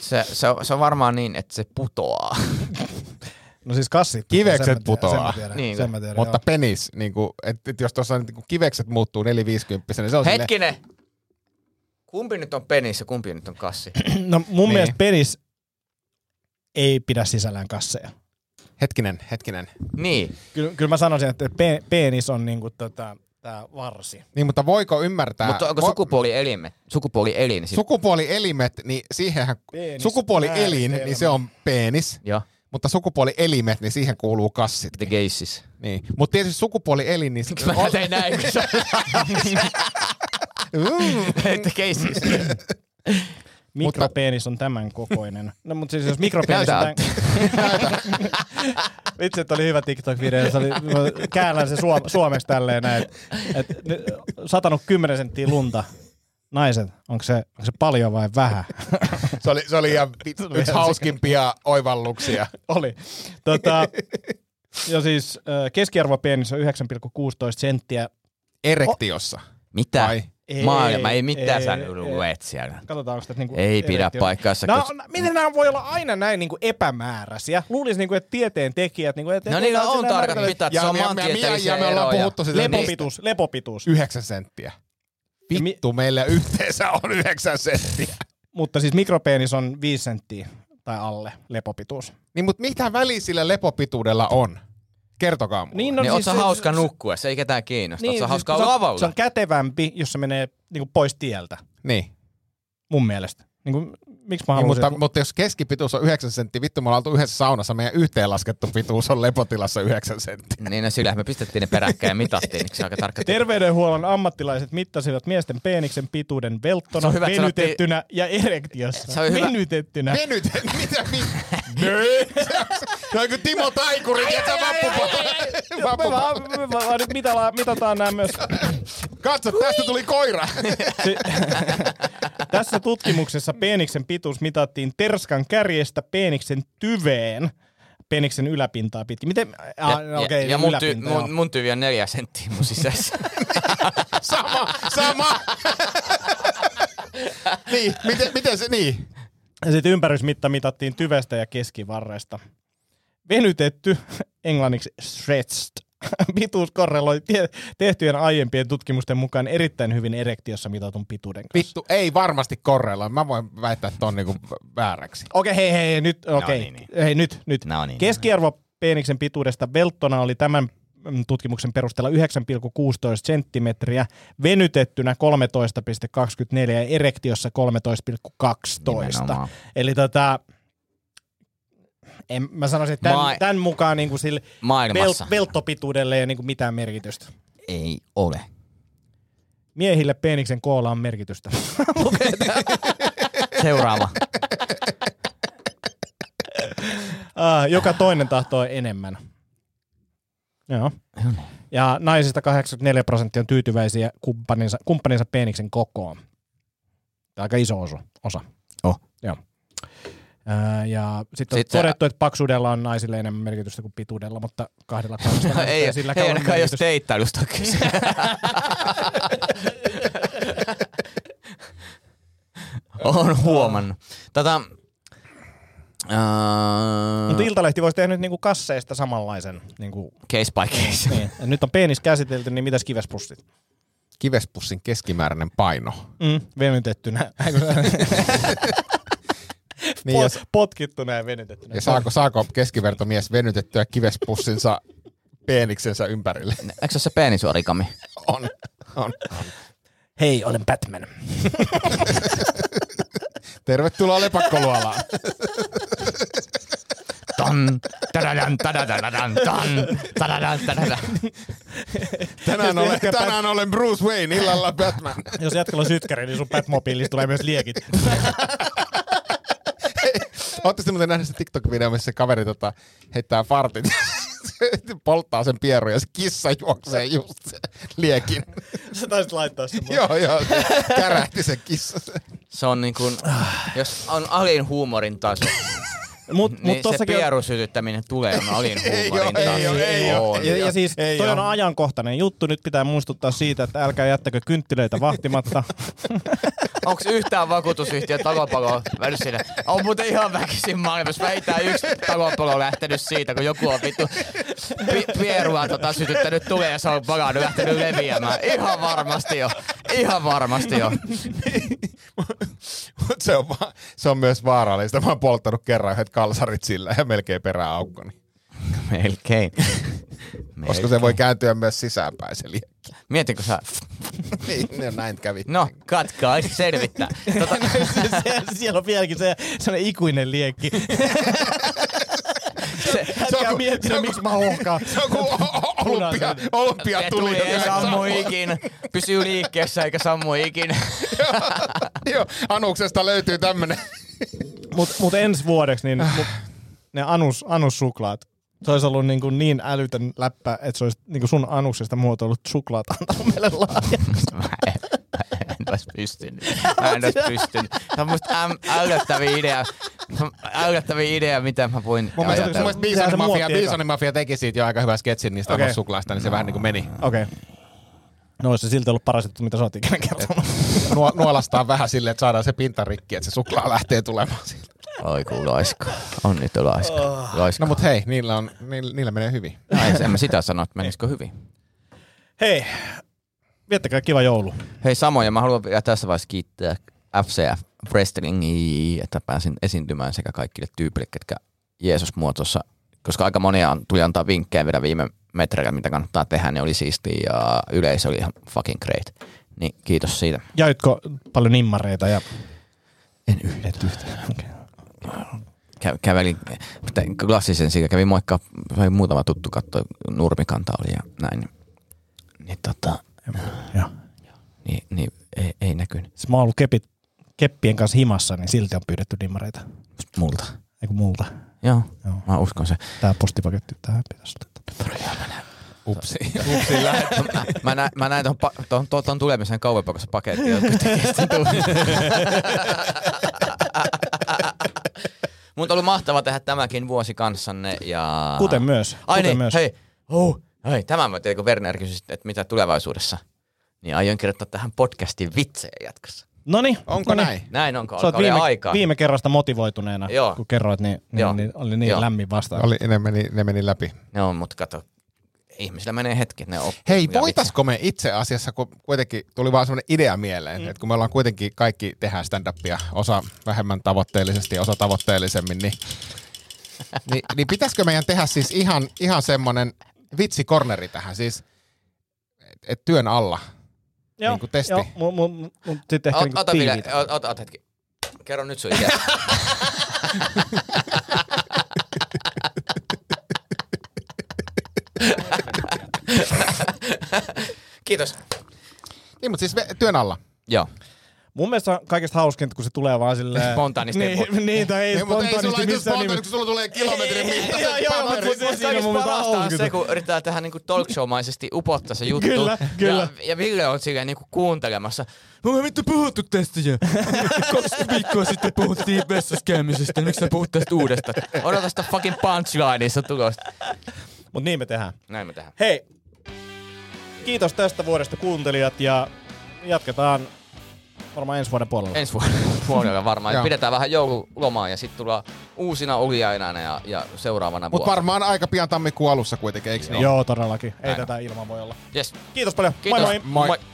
S4: Se, se, on, se on varmaan niin, että se putoaa.
S5: No siis kassit.
S6: Kivekset
S5: sen mä tiedän,
S6: putoaa.
S5: Sen mä tiedän,
S4: Niin.
S5: sen mä tiedän
S6: Mutta penis, niinku, että et jos tuossa niinku kivekset muuttuu 450, niin se on silleen-
S4: Hetkinen! Kumpi nyt on penis ja kumpi nyt on kassi?
S5: joo. No mun
S6: Niin.
S5: mielestä penis ei pidä sisällään kasseja.
S6: hetkinen, hetkinen.
S4: niin.
S5: Kyllä, kyllä mä sanoisin, että pe- penis on niinku tota, tää varsi.
S6: Niin, mutta voiko ymmärtää...
S4: Mutta onko
S6: vo-
S4: sukupuolielimet? Sukupuolielin siis.
S6: Niin. Sukupuolielimet, niin siihenhän...
S5: Peenis,
S6: Sukupuolielin,
S5: määritelmä.
S6: niin se on penis,
S4: Joo,
S6: mutta sukupuolielimet, niin siihen kuuluu kassit.
S4: the gaysis.
S6: Niin. Mutta tietysti sukupuolielin, niin...
S5: No,
S4: Mä tein näin, kun sä-
S6: Mm.
S4: the gaysis.
S5: Mikropenis on tämän kokoinen. No mutta siis jos mikropenis
S4: Näytä,
S5: on tämän... Vitsi, että oli hyvä TikTok-video, jossa oli, mä käännän se suom- suomeksi tälleen näin, että et, nyt satanut 10 senttiä lunta. Naiset, onko se, onko se paljon vai vähän?
S6: Se oli, se oli ihan vi- yksi hauskimpia oivalluksia.
S5: Oli. Tota, ja siis ö, keskiarvopenis on 9,16 senttiä.
S6: Erektiossa.
S4: Mitä?
S6: Vai?
S5: Ei,
S4: Maailma, ei mitään
S5: ei,
S4: sä
S5: ei.
S4: luet siellä.
S5: Katsotaan, onko tässä niinku
S4: Ei pidä
S5: erektio-
S4: paikkaansa.
S5: No,
S4: koska-
S5: no, miten nämä voi olla aina näin niinku epämääräisiä? Luulisi, niinku, että tieteen tekijät... Niinku, että
S4: no niillä on tarkat
S5: määritellä-
S4: mitat,
S6: Ja
S4: se on
S6: me- me-
S4: maantieteellisiä
S6: ja me ollaan
S4: eroja.
S6: puhuttu sitä niistä.
S5: Lepopituus, lepopituus.
S6: Yhdeksän senttiä.
S5: mi-
S6: Vittu, meillä yhteensä on yhdeksän senttiä.
S5: Mutta siis mikropenis on 5 senttiä tai alle lepopituus.
S6: Niin, mutta mitä väliä sillä lepopituudella on? Kertokaa mulle.
S5: Niin,
S4: Niin oot
S5: siis
S4: sä
S5: se- Niin, siis
S4: hauska nukkua, se ei ketään kiinnosta. Oot sä hauska
S5: se,
S4: olla
S5: on, se
S4: lavalla.
S5: on kätevämpi, jos se menee niinku pois tieltä,
S6: niin.
S5: mun mielestä. Niin kuin, miksi mä
S6: Niin,
S5: haluaisin?
S6: mutta, mutta jos keskipituus on 9 senttiä, vittu me ollaan oltu yhdessä saunassa, meidän yhteenlaskettu pituus on lepotilassa 9 senttiä.
S4: Niin, no sillähän me pistettiin ne peräkkäin ja mitattiin, eikö se aika tarkka?
S5: Terveydenhuollon ammattilaiset mittasivat miesten peeniksen pituuden
S4: Se
S5: velttona,
S4: on hyvä, että
S5: venytettynä ja erektiossa.
S4: Se on hyvä-
S5: Venytettynä.
S6: Venyt, mitä vi... Nö. Se on kuin Timo Taikuri, tiedätkö
S5: Me
S6: vappupa.
S5: vaan,
S6: vappupa.
S5: me vaan nyt mitataan, mitataan nämä myös.
S6: Katso, tästä tuli koira.
S5: Si- Tässä tutkimuksessa peeniksen pituus mitattiin terskan kärjestä peeniksen tyveen peeniksen yläpintaa pitkin. Miten? Ah,
S4: ja,
S5: okei,
S4: ja, ja mun, ty,
S5: yläpinta, joo.
S4: mun, mun tyvi on neljä senttiä mun sisässä.
S6: Sama, sama. niin, miten, miten se, niin.
S5: Ja sitten ympärysmitta mitattiin tyvestä ja keskivarresta. Venytetty, englanniksi stretched, pituus korreloi tie- tehtyjen aiempien tutkimusten mukaan erittäin hyvin erektiossa mitatun pituuden kanssa.
S6: Vittu, ei varmasti korreloi. Mä voin väittää ton niinku vääräksi.
S5: Okei, hei, hei, nyt, okei.
S4: niin, niin.
S5: Hei, nyt, nyt.
S4: No niin,
S5: Keskiarvo peeniksen pituudesta velttona oli tämän mm, tutkimuksen perusteella 9,16 senttimetriä, venytettynä 13,24 ja erektiossa 13,12.
S4: Nimenomaan.
S5: Eli tota, en, mä sanoisin, että tämän,
S4: Mä-
S5: tämän mukaan niin kuin sille
S4: Maailmassa
S5: vel, velttopituudelle ei ole niin kuin mitään merkitystä.
S4: ei ole.
S5: Miehille peeniksen koolla on merkitystä.
S4: Seuraava.
S5: Ah, joka toinen tahtoo enemmän. Joo.
S4: No niin.
S5: Ja naisista 84 prosenttia on tyytyväisiä kumppaninsa, kumppaninsa peeniksen kokoon. Tää on Aika iso osu, osa.
S4: Oh.
S5: Joo. Ää, Ja sitten on
S4: Sitten-
S5: todettu, että paksuudella on naisille enemmän merkitystä kuin pituudella, mutta kahdella kahdella
S4: No, ei,
S5: sillä
S4: ei ainakaan jos teittailusta on kyse. on huomannut. Tota, äh, Tätä,
S5: Mutta
S4: uh,
S5: Iltalehti voisi tehdä nyt niinku kasseista samanlaisen. Niinku,
S4: case by case.
S5: niin. Ja Nyt on peenis käsitelty, niin mitäs kivespussit?
S6: Kivespussin keskimääräinen paino.
S5: Mm, venytettynä.
S6: Niin, jos,
S5: Potkittuna ja venytettynä.
S6: ja saako, saako keskivertomies venytettyä kivespussinsa peeniksensä ympärille?
S4: Eikö se ole se peenisuorikami?
S6: On, on.
S5: Hei, olen Batman.
S6: Tervetuloa lepakkoluolaan.
S4: Tan, tadadan, tadadadan, tan, tadadan, tadadan.
S6: Tänään olen, tänään olen Bruce Wayne, illalla Batman.
S5: Jos jätkällä on sytkäri, niin sun Batmobiilista tulee myös liekit.
S6: Ootteko te muuten nähneet se TikTok-video, missä se kaveri tota, heittää fartit? Se polttaa sen pierun ja se kissa juoksee just se liekin.
S5: Sä taisit laittaa sen. mulle.
S6: joo, joo, se kärähti se kissa.
S4: Se on niin kuin, jos on alin huumorin taso,
S5: Mut, mut
S4: niin se
S5: tossakin on-
S4: pierun sytyttäminen tulee on alin
S6: Ei oo,
S4: huumorin taso.
S6: ei oo, ei oo.
S4: On.
S5: ja, ja siis
S6: Ei
S5: toi
S6: oo.
S5: on ajankohtainen juttu. Nyt pitää muistuttaa siitä, että älkää jättäkö kynttilöitä vahtimatta.
S4: Onko yhtään vakuutusyhtiö takapalo mennyt sinne? On muuten ihan väkisin maailmassa. Vähintään yksi takapalo lähtenyt siitä, kun joku on vittu pi- pierua tota sytyttänyt tulee ja se on palannut lähtenyt leviämään. Ihan varmasti jo. Ihan varmasti jo.
S6: Mut se, on vaan, se on myös vaarallista. Mä oon polttanut kerran yhdet kalsarit sillä ja melkein peräaukkoni.
S4: Melkein.
S6: Koska se voi kääntyä myös sisäänpäin se liekki.
S4: Mietinkö sä?
S6: Niin, ne näin kävi.
S4: No, katkaa, selvittää. Tota,
S5: se, siellä on vieläkin se, sellainen ikuinen liekki.
S4: se,
S6: Se on
S5: Älkää
S6: kun- se
S5: miettinyt,
S6: on
S5: miksi
S6: kun-
S5: mä hohkaan.
S6: Se on kuin olympia,
S5: Punainen.
S6: olympia
S4: et
S6: tuli.
S4: tuli ei sammu ikinä. Pysyy liikkeessä eikä sammu ikinä.
S6: Joo, Anuksesta löytyy tämmönen.
S5: Mutta mut ensi vuodeksi niin mut, ne anus, anussuklaat. Se olisi ollut niin, kuin niin älytön läppä, että se olisi niin kuin sun anuksesta muotoillut suklaat antanut meille lahjaksi.
S4: Mä en, mä en olisi pystynyt. Mä en olisi pystynyt. Tämä on musta äm- älyttävin idea. Tämä on Älyttävin idea, mitä mä voin
S5: Mun mielestä-
S4: ajatella.
S5: mun mielestä- Biisonin Mafia- Biisonin
S6: Mafia teki siitä jo aika hyvän sketsin niistä
S5: Okei.
S6: suklaista, niin se vähän niin kuin meni.
S5: Okei. Okay. No olisi se silti ollut paras juttu, mitä sä oot ikinä kertonut.
S6: nuolastaan vähän silleen, että saadaan se pinta rikki, että se suklaa lähtee tulemaan sieltä.
S4: Oi kun laiska. On nyt laiska. Laiska.
S6: No mut hei, niillä, on, niillä, niillä menee hyvin.
S4: Ai, en mä sitä sano, että menisikö hyvin.
S5: Hei, viettäkää kiva joulu.
S4: Hei samoja, mä haluan vielä tässä vaiheessa kiittää FCF Wrestlingia, että pääsin esiintymään sekä kaikille tyypille, ketkä Jeesus muotossa, koska aika monia on- tuli antaa vinkkejä vielä viime metreillä, mitä kannattaa tehdä, ne oli siistiä ja yleisö oli ihan fucking great. Niin kiitos siitä.
S5: Jaitko paljon nimmareita ja
S4: En yhtään.
S5: Et yhtään. Okay.
S4: Kä- kävelin tä- klassisen siitä, kävin moikkaa, oli muutama tuttu katsoi, nurmikanta oli ja näin. Niin, niin tota,
S5: Joo.
S4: niin, niin ei, ei näkynyt
S5: Siis mä oon ollut kepit, keppien kanssa himassa, niin silti on pyydetty dimmareita.
S4: multa.
S5: Eiku multa.
S4: Joo,
S5: Joo.
S4: mä uskon se.
S5: Tää postipaketti, tähän pitäisi laittaa.
S6: Upsi.
S4: Mä, mä, näin, mä näin ton, pa- ton, ton, ton tulemisen kauempakassa pakettiin, jotka tekee sen Mutta on ollut mahtava tehdä tämäkin vuosi kanssanne ja...
S5: Kuten myös.
S4: Ai
S5: Kuten
S4: niin,
S5: myös.
S4: hei, oh, hei, tämä mä tein, kun Werner kysyi, sitten, että mitä tulevaisuudessa. Niin aion kirjoittaa tähän podcastin vitsejä jatkossa.
S5: Noniin.
S6: Onko näin?
S4: Näin onko,
S5: Sä oot
S4: alkaa viime,
S5: viime,
S4: aikaa.
S5: viime kerrasta motivoituneena,
S4: Joo.
S5: kun kerroit, niin,
S4: Joo.
S5: niin, niin oli niin
S4: Joo.
S5: lämmin vastaus.
S6: Oli, ne, meni, ne meni läpi.
S4: Ne on, mutta kato, ihmisillä menee hetki, ne oppii.
S6: Hei,
S4: ja
S6: voitaisko me itse asiassa, kun kuitenkin tuli vaan semmoinen idea mieleen, mm. että kun me ollaan kuitenkin kaikki tehdään stand-upia, osa vähemmän tavoitteellisesti ja osa tavoitteellisemmin, niin, niin, niin pitäisikö meidän tehdä siis ihan, ihan semmoinen vitsikorneri tähän, siis et, et työn alla.
S5: Joo,
S6: niinku testi.
S5: Joo, mun, mun, mun, sit ehkä
S4: vitsit.
S5: niinku
S4: Ot, ota, vielä,
S5: tiiviitä.
S4: ota, ota hetki. Kerro nyt sun idea. Kiitos.
S6: Niin, mutta siis me, työn alla.
S4: Joo.
S5: Mun mielestä on kaikista hauskinta, kun se tulee vaan silleen...
S4: Spontaanisti ei voi.
S5: niin, niin, tai ei
S6: Niin, mutta ei sulla
S5: spontaanisti
S6: ei
S5: missään
S6: spontaanisti,
S5: nimessä.
S6: kun sulla tulee kilometrin mittainen
S5: Joo, joo, mutta
S6: paperi.
S5: se- se- siinä
S4: Kaikista
S5: mun mielestä
S4: parasta on se,
S5: hauskinta.
S4: kun yritetään tehdä niinku talk show-maisesti upottaa se juttu.
S5: Kyllä, kyllä.
S4: Ja, ja Ville on silleen niinku kuuntelemassa. No me vittu puhuttu tästä jo. Kaksi viikkoa sitten puhuttiin vessassa käymisestä. Miksi sä puhut tästä uudesta? Odota sitä fucking punchlineissa tulosta.
S5: Mut niin me tehdään.
S4: Näin me tehdään.
S5: Hei, kiitos tästä vuodesta kuuntelijat ja jatketaan varmaan ensi vuoden puolella.
S4: Ensi vuonna, vuonna varmaan. Ja
S6: Joo.
S4: Pidetään vähän joululomaa ja sitten tullaan uusina uliainana ja, ja seuraavana
S6: Mutta
S4: vuonna.
S6: varmaan aika pian tammikuun alussa kuitenkin, eikö niin?
S5: Joo, todellakin. Ei
S4: Näin on.
S5: tätä ilman voi olla.
S4: Yes.
S5: Kiitos paljon.
S4: Kiitos.
S5: Moi moi.
S4: moi.